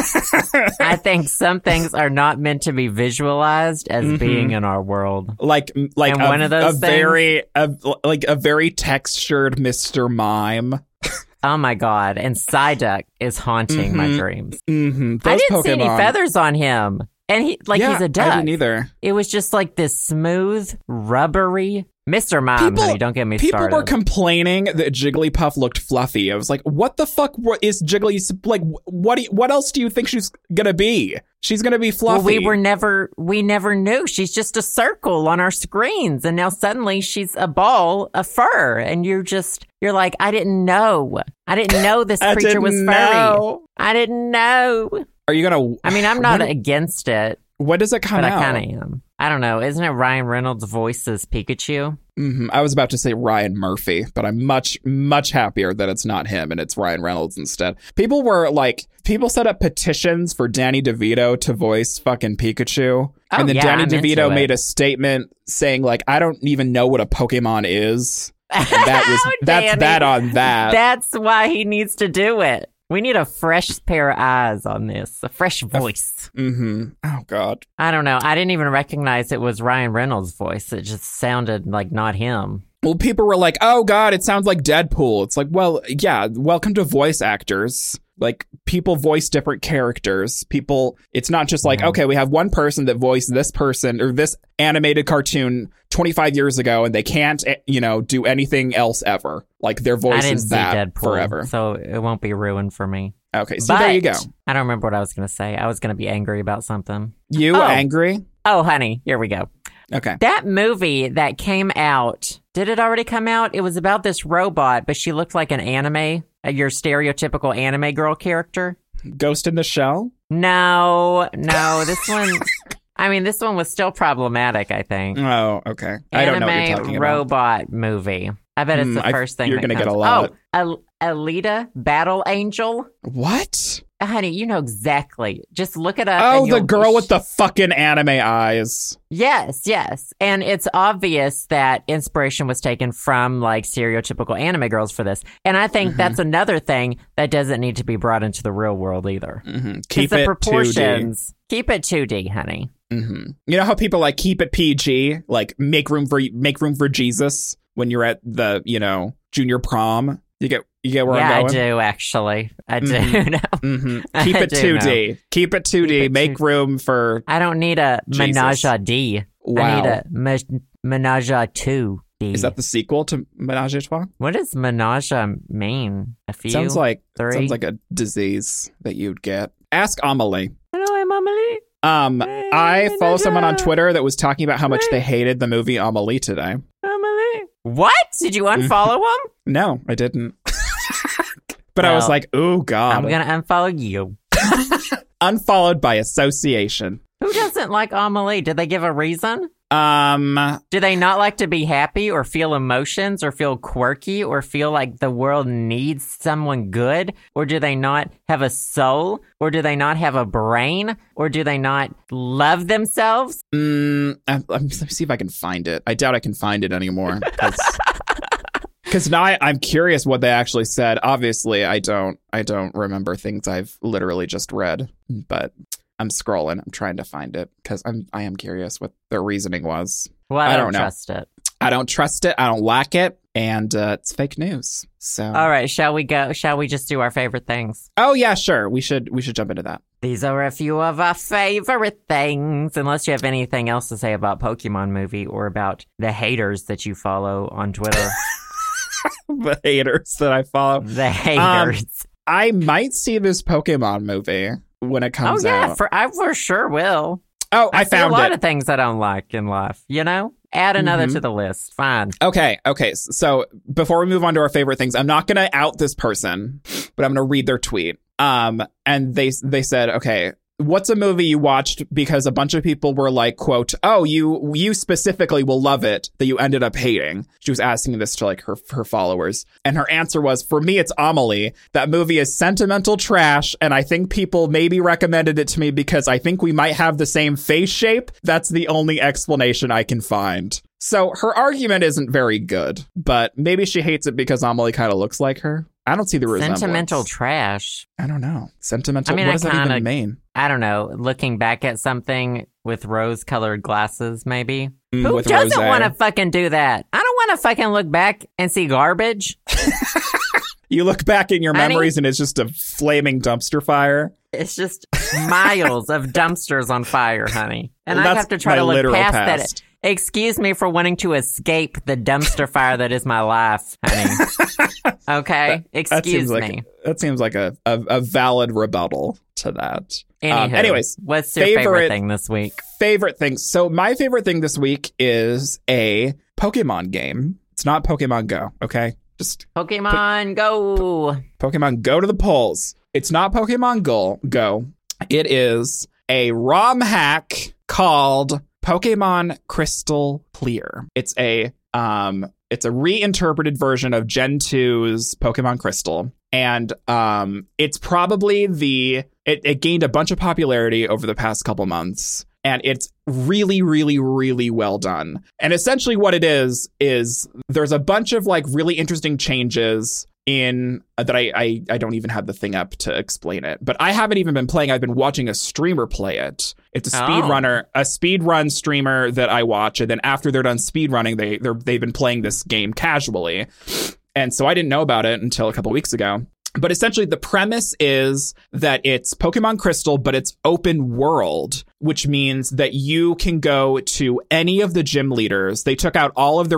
I think some things are not meant to be visualized as
Mhm.
being in our world.
like like
And
a,
one of those
a
things-
very a, like a very textured Mr. Mime.
Oh my god! And Psyduck is haunting my
Mhm.
dreams.
Mm-hmm.
I didn't see any feathers on him, and he like he's a
I
duck.
didn't either.
It was just like this smooth, rubbery Mr. Mime.
People-
honey, don't get me
People
started.
were complaining that Jigglypuff looked fluffy. I was like, "What the fuck wa- is Jiggly like? What do you, what else do you think she's gonna be? She's gonna be fluffy."
well, we were never, we never knew. She's just a circle on our screens, and now suddenly she's a ball of fur, and you're just, you're like, I didn't know, I
[LAUGHS]
didn't know this
I
creature
didn't
was furry.
know.
I didn't know.
Are you gonna?
I mean, I'm not
When,
against it,
when does it come
but I
out?
kind of am. I don't know. Isn't it Ryan Reynolds voices Pikachu?
Mhm. I was about to say Ryan Murphy, but I'm much, much happier that it's not him and it's Ryan Reynolds instead. People were like, people set up petitions for Danny DeVito to voice fucking Pikachu. and
Oh,
then
yeah,
Danny
I'm into
DeVito
it.
made a statement saying, like, I don't even know what a Pokemon
[LAUGHS]
is. And that was,
Oh,
that's
Danny.
that on that.
That's why he needs to do it. We need a fresh pair of eyes on this, a fresh voice.
Mm-hmm. Oh God.
I don't know. I didn't even recognize it was Ryan Reynolds' voice. It just sounded like not him.
Well, people were like, "Oh God, it sounds like Deadpool." It's like, well, yeah. Welcome to voice actors. Like people voice different characters. People, it's not just like,
Mhm.
okay, we have one person that voiced this person or this animated cartoon 25 years ago, and they can't, eh, you know, do anything else ever. Like their voice
I didn't
is
see
that
Deadpool
forever.
so it won't be ruined for me.
Okay, so there you go.
But I don't remember what I was going to say. I was going to be angry about something.
You
Oh.
angry?
Oh, honey, here we go.
Okay.
That movie that came out, did it already come out? It was about this robot, but she looked like an anime, uh, your stereotypical anime girl character.
Ghost in the Shell.
No, no, this
[LAUGHS]
one. I mean, this one was still problematic, I think.
Oh, okay. I don't
Anime
know what you're talking about.
robot movie. I bet it's
Hmm,
the
I-
first thing
you're
going
gonna
to
get a lot.
Oh, Al- Alita Battle Angel.
What?
Honey, you know exactly. Just look it up.
Oh,
Uh, and
the
you'll-
girl with the fucking anime eyes.
Yes, yes. And it's obvious that inspiration was taken from like stereotypical anime girls for this. And I think
Mm-hmm.
that's another thing that doesn't need to be brought into the real world either. 'Cause
Mm-hmm. Keep
the
it 2D.
proportions. Keep it 2D, honey.
hmm You know how people like keep it PG, like make room for make room for Jesus when you're at the you know junior prom. You get you get where
yeah,
I'm
I
going.
do actually. I do.
Mhm.
[LAUGHS] know.
Mhm.
I
Keep it
do
two D. Keep it two
Keep
D.
it
Make
2D.
room for
I don't need a
Jesus.
menage a D. I
wow.
need a me- menage a two D.
Is that the sequel to Menage a Trois?
what does menage a mean? A few?
Sounds like
three?
sounds like a disease that you'd get. Ask Amelie.
Hello, I'm Amelie.
Um,
Hey,
I follow someone on
Menage.
Twitter that was talking about how much
Hey.
they hated the movie Amelie today.
Amelie. What? Did you unfollow
[LAUGHS]
him?
No, I
[LAUGHS]
didn't. but I was
Well,
like, oh god.
I'm gonna unfollow you.
Unfollowed by association.
Who doesn't like Amelie? Did they give a reason?
Um,
Do they not like to be happy or feel emotions or feel quirky or feel like the world needs someone good? Or do they not have a soul? Or do they not have a brain? Or do they not love themselves?
mm, I- let me let me see if I can find it. I doubt I can find it anymore.
[LAUGHS]
Because now I, I'm curious what they actually said. Obviously, I don't. I don't remember things I've literally just read. But I'm scrolling. I'm trying to find it because I'm. I am curious what their reasoning was.
Well, I,
I
don't,
don't know.
trust it.
I don't trust it. I don't like it, and uh, it's fake news. So.
All right, shall we go? Shall we just do our favorite things?
Oh yeah, sure. We should. We should jump into that.
These are a few of our favorite things, unless you have anything else to say about Pokemon movie or about the haters that you follow on
[LAUGHS]
Twitter.
the haters that I follow.
the haters.
I might see this Pokemon movie when it
Oh
comes
yeah,
out.
for I for sure will.
oh, I,
see a
found
lot
it.
of things I don't like in life. You know, add another
Mhm.
to the list. Fine.
Okay, okay. s- So before we move on to our favorite things, I'm not gonna out this person, but I'm gonna read their tweet. Um, and they they said, okay, what's a movie you watched because a bunch of people were like, quote, oh, you you specifically will love it that you ended up hating. She was asking this to like her her followers, and her answer was, for me, it's Amelie. That movie is sentimental trash, and I think people maybe recommended it to me because I think we might have the same face shape. That's the only explanation I can find. So her argument isn't very good, but maybe she hates it because Amelie kind of looks like her. I don't see the resemblance.
Sentimental trash.
I don't know. Sentimental.
I mean,
what
I
does that
kinda-
even mean?
I don't know. Looking back at something with rose-colored glasses, maybe.
Mm,
Who
with
doesn't
rosé.
want to fucking do that? I don't want to fucking look back and see garbage.
You look back in your
Honey?
memories and it's just a flaming dumpster fire.
It's just miles
[LAUGHS]
of dumpsters on fire, honey. And I
That's
have to try
my
to look
literal
past
past.
that. Excuse me for wanting to escape the dumpster fire that is my life, honey.
[LAUGHS]
Okay,
That seems
excuse
like
me.
that seems like a, a, a valid rebuttal to that. Um,
Anywho,
anyways,
what's your favorite,
favorite-
thing this week?
Favorite things. So my favorite thing this week is a Pokemon game. It's not Pokemon Go, okay? Just
Pokemon Go.
Pokemon Go to the polls. It's not Pokemon Go. Go. It is a ROM hack called Pokemon Crystal Clear. It's a um it's a reinterpreted version of Gen 2's Pokemon Crystal. And um it's probably the it, it gained a bunch of popularity over the past couple months. And it's really, really, really well done. And essentially what it is, is there's a bunch of like really interesting changes in uh, that I, I I don't even have the thing up to explain it. But I haven't even been playing. I've been watching a streamer play it. It's a
Oh.
speedrunner, a speedrun streamer that I watch, and then after they're done speedrunning, they they're, they've been playing this game casually. And so I didn't know about it until a couple weeks ago. But essentially, the premise is that it's Pokemon Crystal, but it's open world, which means that you can go to any of the gym leaders. They took out all of the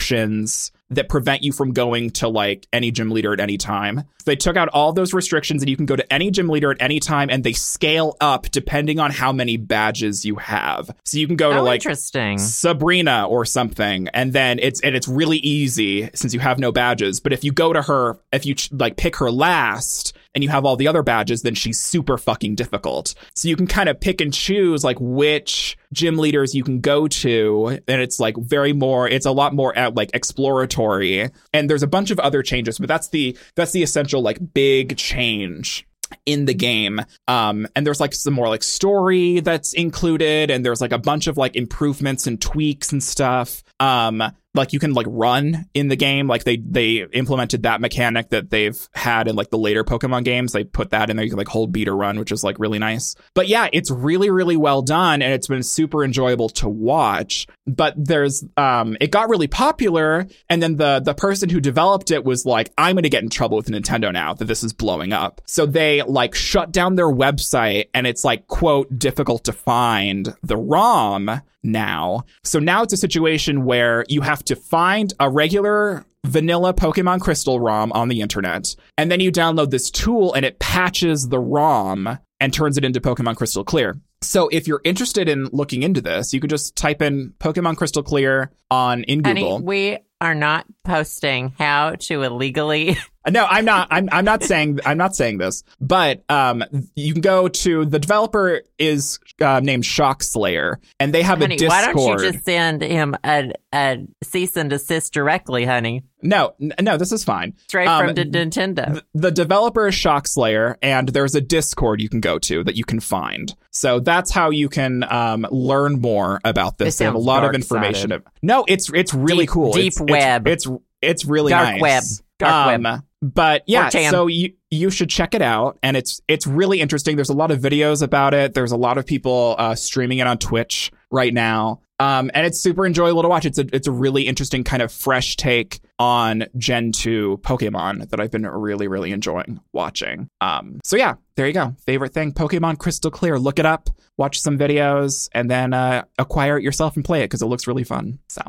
restrictions that prevent you from going to like any gym leader at any time. They took out all those restrictions, and you can go to any gym leader at any time, and they scale up depending on how many badges you have. So you can go to
Oh,
like
interesting.
Sabrina or something, and then it's and it's really easy since you have no badges. But if you go to her, if you ch- like pick her last and you have all the other badges, then she's super fucking difficult. So you can kind of pick and choose like which gym leaders you can go to, and it's like very more. It's a lot more at like exploratory, and there's a bunch of other changes, but that's the that's the essential like big change in the game. Um, and there's like some more like story that's included, and there's like a bunch of like improvements and tweaks and stuff. Um, like you can like run in the game. Like they they implemented that mechanic that they've had in like the later Pokemon games. They put that in there. You can like hold B to run, which is like really nice. But yeah, it's really really well done, and it's been super enjoyable to watch. But there's um, it got really popular, and then the the person who developed it was like, I'm gonna get in trouble with Nintendo now that this is blowing up. So they like shut down their website, and it's like quote difficult to find the ROM now. So now it's a situation where you have to find a regular vanilla Pokemon Crystal ROM on the internet, and then you download this tool and it patches the ROM and turns it into Pokemon Crystal Clear. So if you're interested in looking into this, you can just type in Pokemon Crystal Clear on in
Honey,
Google.
we are not posting how to illegally. [LAUGHS]
No, I'm not. I'm I'm not saying I'm not saying this. But um, you can go to the developer is uh, named Shock Slayer, and they have
honey,
a Discord.
why don't you just send him a, a cease and desist directly, honey?
No, n- no, this is fine.
Straight
Um,
from the Nintendo.
Th- the developer is Shockslayer, and there's a Discord you can go to that you can find. So that's how you can um, learn more about this.
This
they have a
sounds
lot of
dark-sided.
information. No, it's it's really
Deep-
cool.
deep
It's-
web.
It's it's, it's really
Dark
nice.
web. Dark
um, But yeah,
4chan.
so you you should check it out, and it's it's really interesting. There's a lot of videos about it. There's a lot of people uh, streaming it on Twitch right now. Um, and it's super enjoyable to watch. It's a it's a really interesting kind of fresh take on Gen 2 Pokemon that I've been really really enjoying watching. Um, so yeah, there you go. Favorite thing, Pokemon Crystal Clear. Look it up, watch some videos, and then uh, acquire it yourself and play it because it looks really fun. So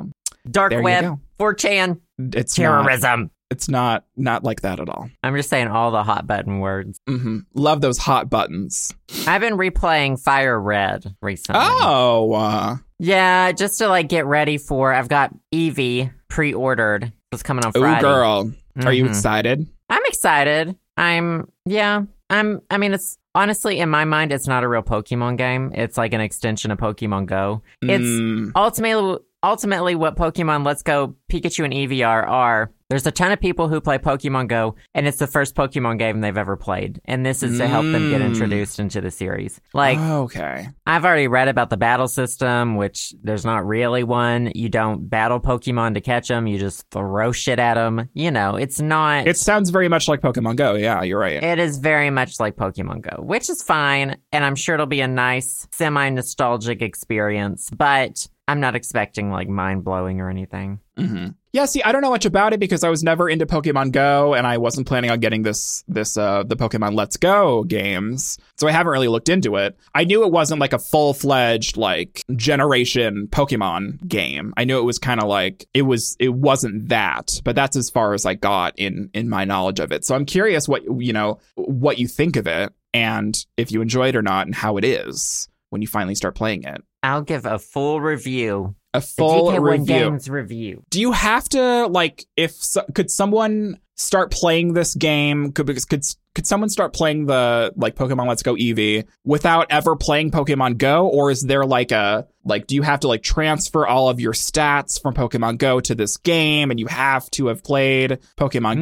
Dark
there you
web,
go.
4chan,
it's not,
terrorism.
it's not not like that at all.
I'm just saying all the hot button words.
hmm Love those hot buttons.
I've been replaying Fire Red recently.
Oh, uh,
Yeah, just to like get ready for. I've got Eevee pre ordered. It's coming on
ooh,
Friday.
girl, are you
Mhm.
excited?
I'm excited. I'm yeah. I'm I mean it's honestly in my mind it's not a real Pokemon game. It's like an extension of Pokemon Go. It's
Mm,
ultimately ultimately what Pokemon Let's Go Pikachu and Eevee are are there's a ton of people who play Pokemon Go and it's the first Pokemon game they've ever played. And this is to help them get
Mm.
introduced into the series. Like
okay.
I've already read about the battle system, which there's not really one. You don't battle Pokemon to catch them. You just throw shit at them. You know, it's not.
It sounds very much like Pokemon Go. Yeah, you're right.
It is very much like Pokemon Go, which is fine, and I'm sure it'll be a nice semi nostalgic experience, but I'm not expecting like mind blowing or anything.
hmm Yeah, see, I don't know much about it because I was never into Pokemon Go, and I wasn't planning on getting this this uh the Pokemon Let's Go games, so I haven't really looked into it. I knew it wasn't like a full fledged like generation Pokemon game. I knew it was kind of like it was it wasn't that, but that's as far as I got in in my knowledge of it. So I'm curious what you know what you think of it, and if you enjoy it or not, and how it is when you finally start playing it.
I'll give a full review.
A
The
full
DK1
review.
Games review.
Do you have to like if so, could someone start playing this game? Could because could could someone start playing the like Pokemon Let's Go Eevee without ever playing Pokemon Go, or is there like a like do you have to like transfer all of your stats from Pokemon Go to this game and you have to have played Pokemon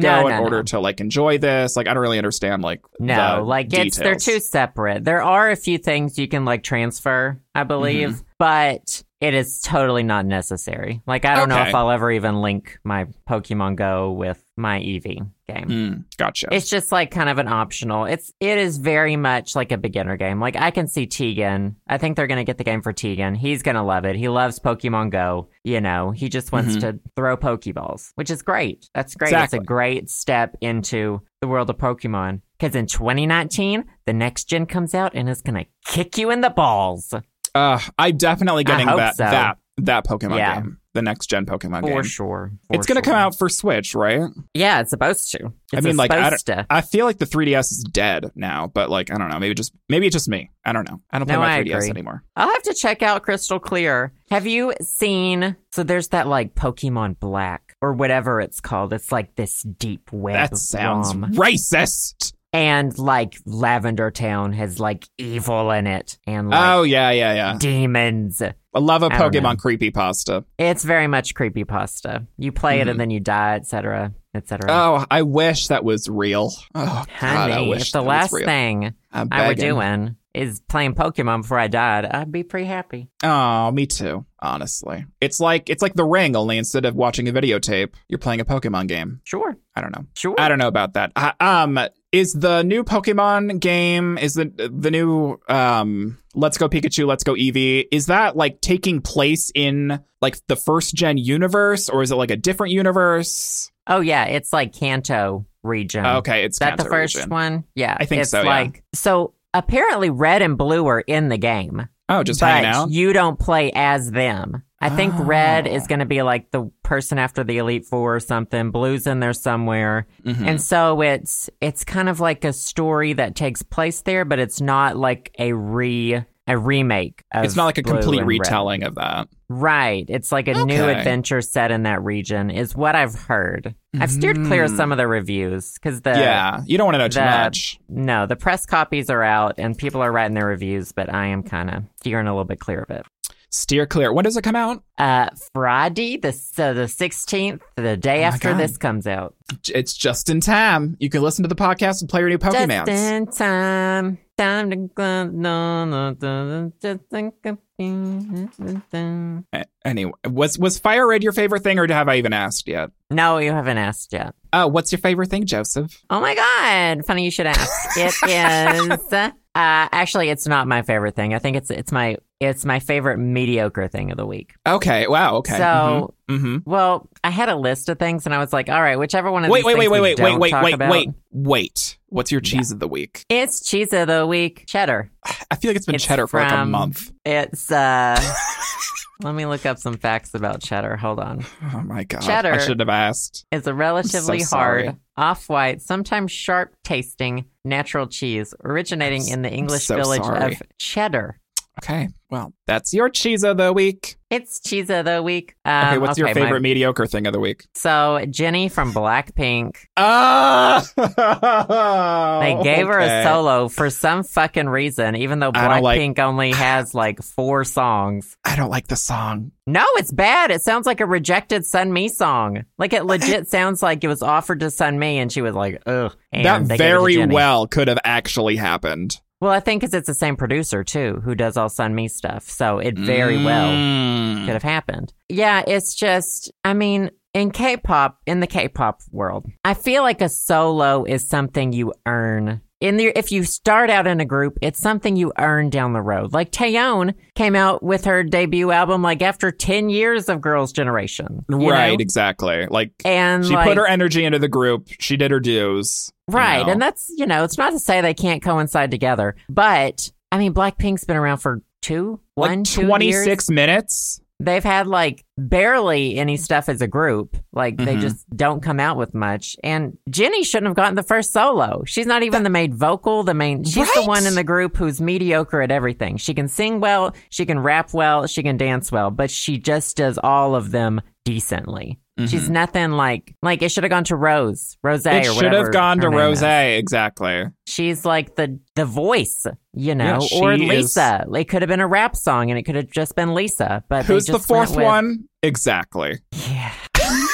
No,
Go
no,
in
no.
order to like enjoy this? Like I don't really understand like
No,
the
like it's they're
details.
two separate. There are a few things you can like transfer,
Mm-hmm.
I believe, but it is totally not necessary. Like I don't know
Okay.
if I'll ever even link my Pokemon Go with my Eevee game.
Mm, gotcha.
It's just like kind of an optional. It's it is very much like a beginner game. Like I can see Tegan. I think they're gonna get the game for Tegan. He's gonna love it. He loves Pokemon Go. You know, he just wants
Mhm.
to throw Pokeballs, which is great. That's great.
Exactly.
It's a great step into the world of Pokemon. Because in 2019, the next gen comes out and it's gonna kick you in the balls
Uh, I'm definitely getting
hope
that
so.
that that Pokemon
Yeah.
game, the next gen Pokemon
for
game.
sure. for
it's gonna come
sure.
out for Switch, right?
Yeah, it's supposed to. It's
mean, like, I don't-
supposed to.
I feel like the 3DS is dead now, but like I don't know, maybe just maybe it's just me. I don't know. I don't play
No,
my
I
3DS
agree.
anymore.
I'll have to check out Crystal Clear. Have you seen? So there's that like Pokemon Black or whatever it's called. It's like this deep web.
That sounds
ROM.
racist.
And like Lavender Town has like evil in it and like
Oh yeah, yeah, yeah.
demons.
I love a
I don't
Pokemon creepypasta.
It's very much creepypasta. You play it
Mhm.
and then you die, etc., etc.
Oh, I wish that was real. Oh God, I
Honey,
wish
if the
that
last
was real.
thing
I'm
I were
begging.
doing is playing Pokemon before I died, I'd be pretty happy.
Oh, me too. Honestly, it's like it's like The Ring, only instead of watching a videotape, you're playing a Pokemon game.
Sure,
I don't know.
sure.
I don't know about that. I, um, is the new Pokemon game? Is the the new um, Let's Go Pikachu, Let's Go Eevee? Is that like taking place in like the first gen universe, or is it like a different universe?
oh yeah, it's like Kanto region.
okay, it's
Is that the
Kanto
first
region.
one? Yeah,
I think
it's
so, yeah.
Like so, apparently, red and blue are in the game,
Oh, just
but
hanging out.
you don't play as them. I think red
Oh.
is going to be like the person after the elite four or something. Blue's in there somewhere,
Mhm.
and so it's it's kind of like a story that takes place there, but it's not like a re a remake. Of
it's not like a
Blue
complete
and Red.
retelling of that.
Right. It's like a new
Okay.
adventure set in that region, is what I've heard. I've steered clear of
Mm.
some of the reviews because the
yeah, you don't want to know too
that-
much.
no, the press copies are out and people are writing their reviews, but I am kind of steering a little bit clear of it.
Steer clear. When does it come out?
Uh, Friday, the so the sixteenth, the day
Oh my
after
God.
this comes out,
J- It's just in time. You can listen to the podcast and play your new Pokemon.
just in time, time to go, no, no, no, just think of being-
Anyway, was was Fire Red your favorite thing, or have I even asked yet?
No, you haven't asked yet.
Uh, what's your favorite thing, Joseph?
Oh my god! Funny you should
[LAUGHS]
ask. It is uh, actually it's not my favorite thing. I think it's it's my it's my favorite mediocre thing of the week.
Okay. Wow. Okay.
So.
hmm
Well, I had a list of things, and I was like, "All right, whichever one of
Wait,
these
wait, wait,
things
wait,
we
wait, wait,
don't
wait,
talk
wait,
about,
wait, wait. What's your cheese of the week?
It's cheese of the week, cheddar.
I feel like it's been
It's
cheddar for like a
from-
month.
It's
[LAUGHS]
uh, let me look up some facts about cheddar. Hold on.
Oh my god! I
Cheddar.
should have asked.
It's a relatively
sorry.
hard, off-white, sometimes sharp-tasting natural cheese originating in the English
so
village
sorry.
of Cheddar.
Okay. Well, that's your cheese of the week.
It's cheese of the week. Um,
Okay. what's your
okay, my-
favorite mediocre thing of the week?
so Jenny from Blackpink
Oh,
They gave her a
okay.
solo for some fucking reason, even though
I don't like-
Blackpink only has like four songs.
I don't like the song.
No, it's bad. It sounds like a rejected Sun Me song. Like it
[LAUGHS]
legit sounds like it was offered to Sun Me, and she was like, "Ugh." And they
that
gave it to
very
Jennie.
well could have actually happened.
Well, I think because it's the same producer too, who does all Sun Me stuff, so it very well
Mm.
could have happened. Yeah, it's just, I mean. In K-pop, in the K-pop world, I feel like a solo is something you earn. In the if you start out in a group, it's something you earn down the road. Like Taeyeon came out with her debut album like after 10 years of Girls' Generation. you know?
Right. Exactly. Like
And
she
like,
put her energy into the group. She did her dues. you
right,
know.
and that's you know, it's not to say they can't coincide together, but I mean, Blackpink's been around for two, one,
like
two years.
26 minutes.
They've had like barely any
Mm-hmm.
stuff as a group. Like they
Mhm.
just don't come out with much. And Jenny shouldn't have gotten the first solo. She's not even the main vocal, the main she's the
Right.
one in the group who's mediocre at everything. She can sing well, she can rap well, she can dance well, but she just does all of them decently. She's nothing like like it should have gone to Rose, Rose
Mm-hmm. it
or
should
whatever
have gone to
her name
Rose.
is.
Exactly.
She's like the the voice, you know,
Yeah,
or
she
Lisa. It could have been a rap song, and it could have just been Lisa. But they
Who's the
just went
fourth
with-
one? Exactly.
Yeah.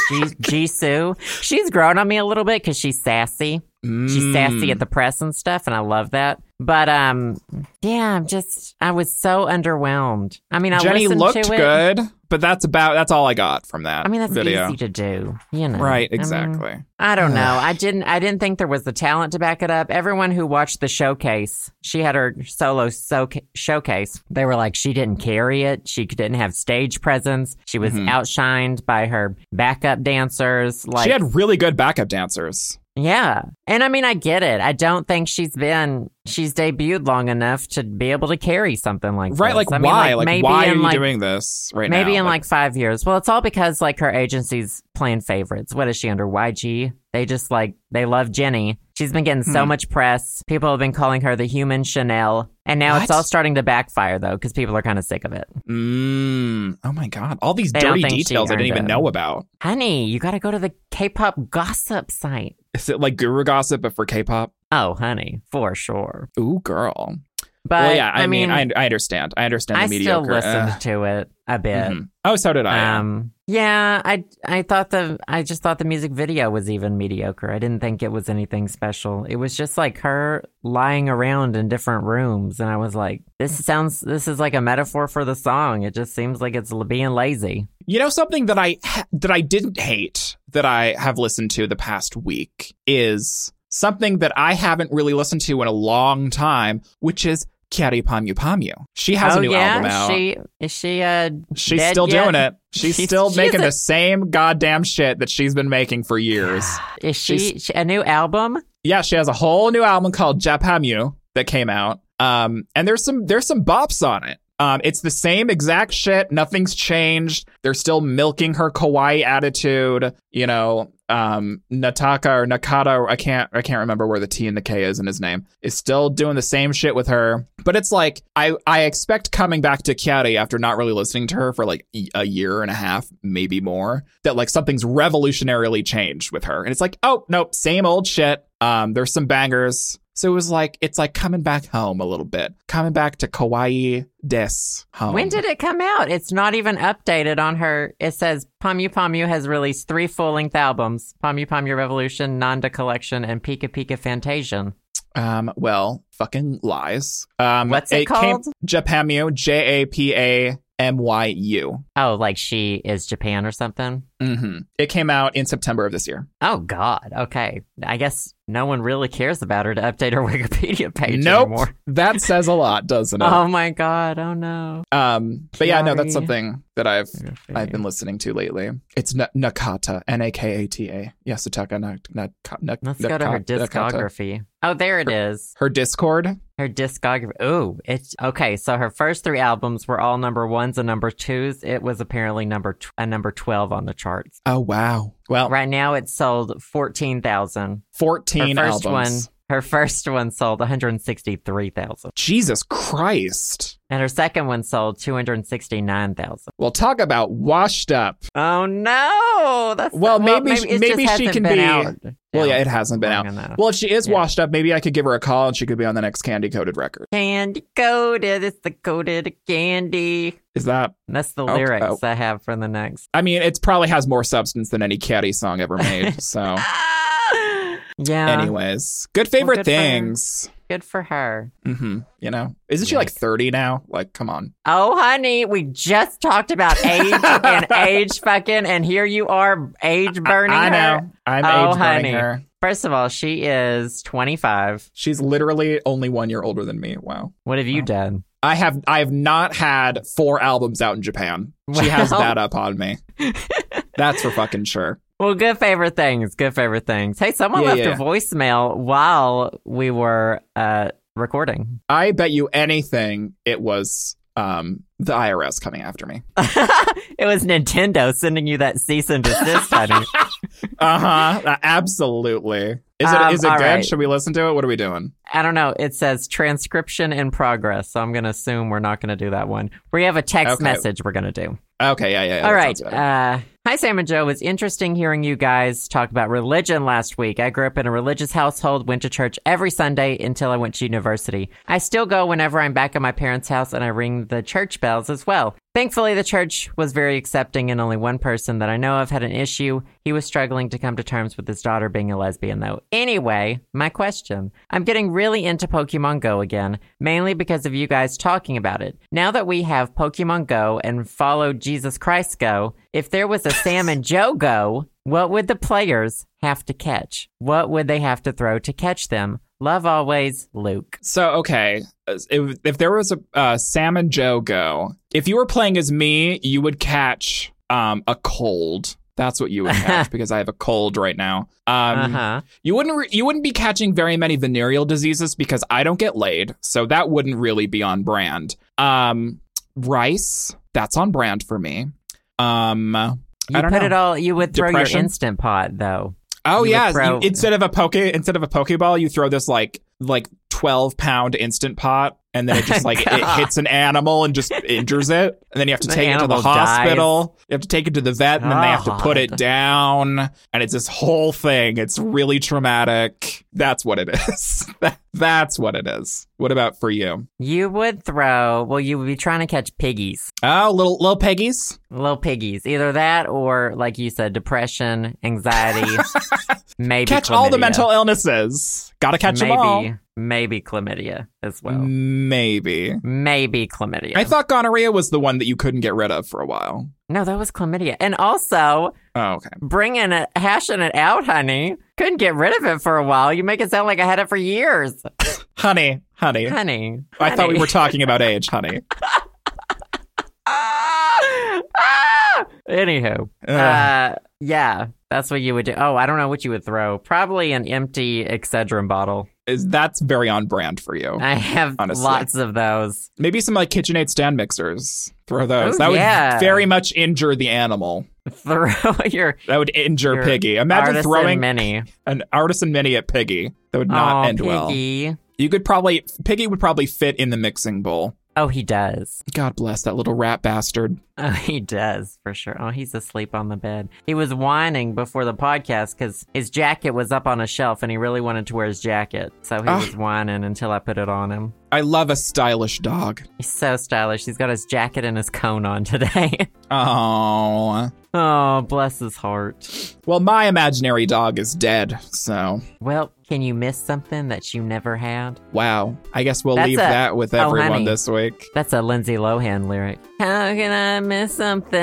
Ji- Jisoo, she's grown on me a little bit because she's sassy. She's
Mm.
sassy at the press and stuff, and I love that. But um, yeah, I'm just I was so underwhelmed. I mean, I
Jenny
listened
looked
to it.
good, but that's about that's all I got from that.
I mean, that's
video.
easy to do, you know.
Right,
I mean,
exactly.
I don't know. I didn't. I didn't think there was the talent to back it up. Everyone who watched the showcase, she had her solo so- showcase. They were like, she didn't carry it. She didn't have stage presence. She was
Mhm.
outshined by her backup dancers. Like
she had really good backup dancers.
yeah. And I mean, I get it. I don't think she's been, she's debuted long enough to be able to carry something like
Right,
this.
like
I mean,
why? Like,
maybe
why
in,
are you
like,
doing this right now?
Maybe in like five years. Well, it's all because like her agency's playing favorites. What is she under? YG? They just like, they love Jenny. She's been getting so
Hmm.
much press. People have been calling her the human Chanel. And now it's
What?
all starting to backfire though, because people are kind of sick of it.
Mm, oh my god, all these
They don't
dirty
think she
details I didn't
earned
even
it.
know about.
Honey, you got to go to the K pop gossip site.
Is it like guru gossip but for K-pop?
Oh, honey, for sure.
Ooh, girl.
But
well, yeah. I,
mean,
mean, I, I understand. I understand the
I still
mediocre.
listened
uh,
to it a bit.
mhm. Oh, so did I.
Um, yeah, I I thought the I just thought the music video was even mediocre. I didn't think it was anything special. It was just like her lying around in different rooms, and I was like, this sounds this is like a metaphor for the song. It just seems like it's l- being lazy.
You know something that I ha- that I didn't hate that I have listened to the past week is something that I haven't really listened to in a long time, which is Kiari Pamu Pamu. She has
oh
a new
yeah,
album out.
she is she uh
she's
dead
still
yet?
doing it. She's,
She's-
still
she's
making
a-
the same goddamn shit that she's been making for
[SIGHS]
years. [SIGHS]
is she,
She's-
she a new album?
yeah, she has a whole new album called Japamu that came out. Um, and there's some there's some bops on it. Um, it's the same exact shit. Nothing's changed. They're still milking her kawaii attitude. You know, um, Nataka or Nakata. or I can't I can't remember where the T and the K is in his name. Is still doing the same shit with her. But it's like I I expect coming back to Kiari after not really listening to her for like y- a year and a half, maybe more. That like something's revolutionarily changed with her. And it's like oh nope, same old shit. Um, there's some bangers. So it was like it's like coming back home a little bit, coming back to Kawaii Des home.
When did it come out? It's not even updated on her. It says Pamu Pamu has released three full length albums Pamu Pamu Revolution, Nanda Collection, and Pika Pika Fantasia.
Um, well, fucking lies. Um,
What's it
came-
called?
Japamu. J A P A M Y U.
Oh, like she is Japan or something?
Mm-hmm. It came out in September of this year.
Oh, God. Okay. I guess no one really cares about her to update her [LAUGHS] Wikipedia page
nope,
anymore.
[LAUGHS] that says a lot, doesn't it?
Oh, my God. Oh, no.
um, but yeah, no, that's
Kiari.
something that I've I've been listening to lately. It's N- Nakata, N A K A T A. Yasutaka Nak Nak- Nak-
Let's go to her
Naka- Nakata.
discography. Oh, there it is.
Her Discord.
Her discography. Ooh, it's okay. So her first three albums were all number ones and number twos. It was apparently number tw- a number twelve on the charts.
Oh wow. Well,
Right now, it's sold fourteen thousand. Her
fourteen
first
albums.
one, her first one sold one hundred sixty three thousand,
Jesus Christ.
and her second one sold two hundred sixty nine thousand.
Well, talk about washed up.
Oh no! That's
Well, maybe sh-
it just
maybe she
hasn't
can
been
be-
out
Well, yeah,
down
it hasn't been
long
out.
enough.
Well, if she is
Yeah.
washed up, maybe I could give her a call and she could be on the next candy coated record.
candy coated. It's the coated candy.
Is that?
That's the
Okay.
lyrics I have for the next.
I mean, it probably has more substance than any Caddy song
[LAUGHS]
ever made.
Uh-huh.
So,
yeah.
anyways, good favorite
good for her.
things.
Good for her.
hmm You know, isn't she like
Yikes.
thirty now? Like, come on.
Oh, honey, we just talked
[LAUGHS]
about age and age fucking, and here you are, age burning
I
her.
know. I'm
Oh,
age
honey.
burning her.
First of all, she is 25.
She's literally only one year older than me. Wow.
What have you
Wow.
done?
I have I have not had four albums out in Japan. She has
Well.
that up on me. That's for fucking sure.
Well, good favorite things. Good favorite things. Hey, someone
Yeah,
left
yeah.
a voicemail while we were uh, recording. [LAUGHS]
I bet you anything it was um the IRS coming after me.
it was Nintendo sending you that cease and desist, honey.
Uh-huh. Uh, Absolutely. Is it is
Um,
it
all
good?
right.
Should we listen to it? What are we doing?
I don't know. It says transcription in progress. So I'm going to assume we're not going to do that one. We have a text
Okay.
message we're going to do.
Okay, yeah, yeah. yeah
All
that
right.
sounds
Uh,
better.
Hi, Sam and Joe. It was interesting hearing you guys talk about religion last week. I grew up in a religious household, went to church every Sunday until I went to university. I still go whenever I'm back at my parents' house and I ring the church bells as well. Thankfully, the church was very accepting, and only one person that I know of had an issue. He was struggling to come to terms with his daughter being a lesbian, though. Anyway, my question I'm getting really into Pokemon Go again, mainly because of you guys talking about it. Now that we have Pokemon Go and follow Jesus Christ Go, if there was a Sam and Joe Go, what would the players have to catch? What would they have to throw to catch them? Love always, Luke.
So okay, uh, if, if there was a uh, Sam and Joe go, if you were playing as me, you would catch um, a cold. That's what
[LAUGHS]
you would catch because I have a cold right now. Um,
Uh-huh.
You wouldn't re- you wouldn't be catching very many venereal diseases because I don't get laid, so that wouldn't really be on brand. Um, rice, that's on brand for me. Um,
You
I don't
put
know.
it all. You would throw
Depression?
your instant pot though.
Oh
You
yeah,
would throw-
you- instead of a poke, instead of a pokeball, you throw this like like twelve pound instant pot, and then it
[LAUGHS]
just like it
God.
hits an animal and just injures it, and then you have to
The
take it to the
animal dies.
hospital. You have to take it to the vet, and then they have to put it
God.
down, and it's this whole thing. It's really traumatic. That's what it is. [LAUGHS] That- That's what it is. What about for you?
You would throw. Well, you would be trying to catch piggies,
Oh, little little piggies.
little piggies. Either that, or like you said, depression,
[LAUGHS]
anxiety, maybe
Catch all the
chlamydia.
mental illnesses. Gotta catch
maybe,
them all.
Maybe chlamydia as well.
Maybe.
Maybe chlamydia.
Mm. I thought gonorrhea was the one that you couldn't get rid of for a while.
no, that was chlamydia. And also,
Oh, okay.
bringing it, hashing it out, honey. Couldn't get rid of it for a while. You make it sound like I had it for years,
Honey, honey.
honey.
I thought we
honey.
were talking about age, honey.
[LAUGHS] Ah! Ah! Anywho, [LAUGHS]
Ugh.
uh, yeah, that's what you would do. Oh, I don't know what you would throw. Probably an empty Excedrin bottle.
Is that's very on brand for you.
I have
[LAUGHS] honestly.
lots of those. [LAUGHS]
Maybe some like KitchenAid stand mixers. Throw those.
Ooh,
that would
Oh, yeah.
very much injure the animal.
Throw your
That would injure
Your
Piggy. Imagine
artisan
throwing
mini.
an artisan mini at Piggy. That would [LAUGHS] not
oh,
end well.
Piggy.
You could probably Piggy would probably fit in the mixing bowl.
Oh, he does. [LAUGHS]
God bless that little rat bastard.
Oh, he does for sure. Oh, he's asleep on the bed. He was whining before the podcast because his jacket was up on a shelf and he really wanted to wear his jacket. So he
Ah.
was whining until I put it on him.
I love a stylish dog.
He's so stylish. He's got his jacket and his cone on today. [LAUGHS]
Oh.
oh, bless his heart.
Well, my imaginary dog is dead, so
Well, can you miss something that you never had?
wow. I guess we'll
That's
leave
a-
that with
oh,
everyone
honey.
this week.
That's a Lindsay Lohan lyric. How can I miss something?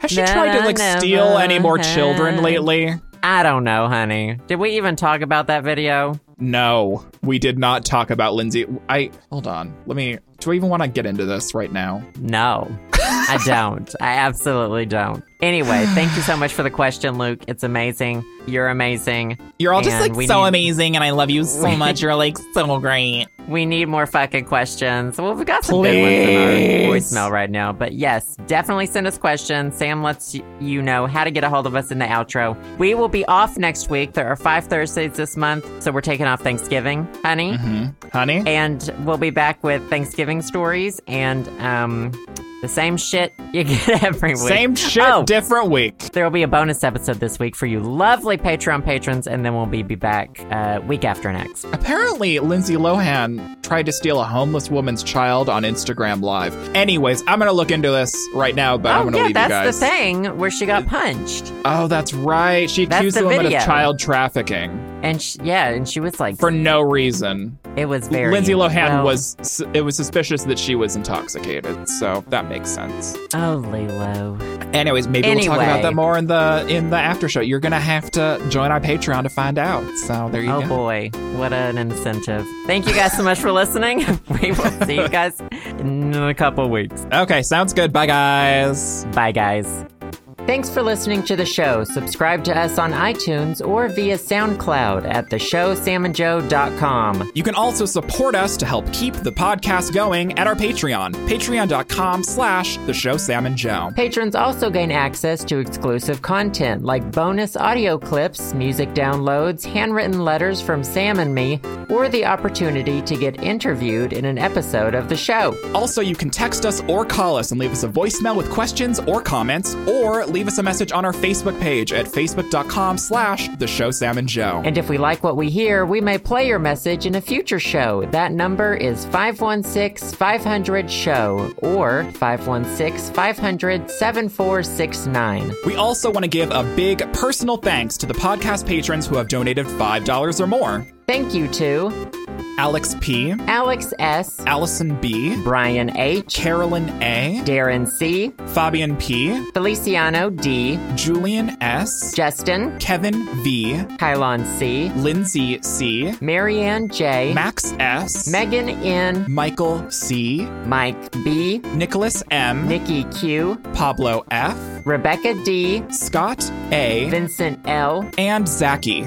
Has she
that
tried to
I
like steal
never
any more children
had?
lately?
I don't know, honey. Did we even talk about that video?
No, we did not talk about Lindsay. I hold on. Let me. Do I even want to get into this right now?
No,
[LAUGHS]
I don't. I absolutely don't. Anyway, thank you so much for the question, Luke. It's amazing. You're amazing.
You're all
And
just
we
like so
need-
amazing, and I love
[LAUGHS]
you so
We-
much. You're like so great.
We need more fucking questions. Well, we got some good ones
Please.
in our voicemail right now. But yes, definitely send us questions. Sam lets y- you know how to get a hold of us in the outro. We will be off next week. There are five Thursdays this month, so we're taking off Thanksgiving, honey.
Mm-hmm. Honey,
And we'll be back with Thanksgiving stories and um, the same shit [LAUGHS] you get every week.
same shit,
Oh.
different week.
There will be a bonus episode this week for you lovely Patreon patrons, and then we'll be, be back uh, week after next.
Apparently, Lindsay Lohan tried to steal a homeless woman's child on Instagram Live. Anyways, I'm gonna look into this right now, but I'm
oh,
gonna
yeah,
leave
that's
you guys.
the thing where she got punched.
Oh, that's right. She
That's
accused
the
the woman
video.
of child trafficking
And she, yeah, and she was like,
for no reason.
it was very.
Lindsay Lohan
well-
was was it was suspicious that she was intoxicated, so that makes sense.
Oh, Lilo.
Anyways, maybe we'll talk
Anyway.
about that more in the in the after show. You're gonna have to join our Patreon to find out. So there you
Oh,
go.
boy. What an incentive. Thank you guys so much for listening. [LAUGHS] we will see you guys in a couple weeks.
Okay, sounds good. Bye guys.
Bye, guys. Thanks for listening to the show. Subscribe to us on iTunes or via SoundCloud at theshowsamandjoe.com.
You can also support us to help keep the podcast going at our Patreon, patreon.com slash the show Sam and Joe.
Patrons also gain access to exclusive content like bonus audio clips, music downloads, handwritten letters from Sam and me, or the opportunity to get interviewed in an episode of the show.
Also, you can text us or call us and leave us a voicemail with questions or comments, or leave us a message on our Facebook page at facebook.com slash the show Sam and Joe.
And if we like what we hear, we may play your message in a future show. That number is 516 500 SHOW or 516 500 7469.
We also want to give a big personal thanks to the podcast patrons who have donated $5 or more.
Thank you to
Alex P.,
Alex S.,
Allison B.,
Brian H.,
Carolyn A.,
Darren C.,
Fabian P.,
Feliciano D.,
Julian S.,
Justin,
Kevin V.,
Kylon C.,
Lindsay C.,
Marianne J.,
Max S.,
Megan N.,
Michael C.,
Mike B.,
Nicholas M.,
Nikki Q,
Pablo F.,
Rebecca D,
Scott A.,
Vincent L.
and Zaki.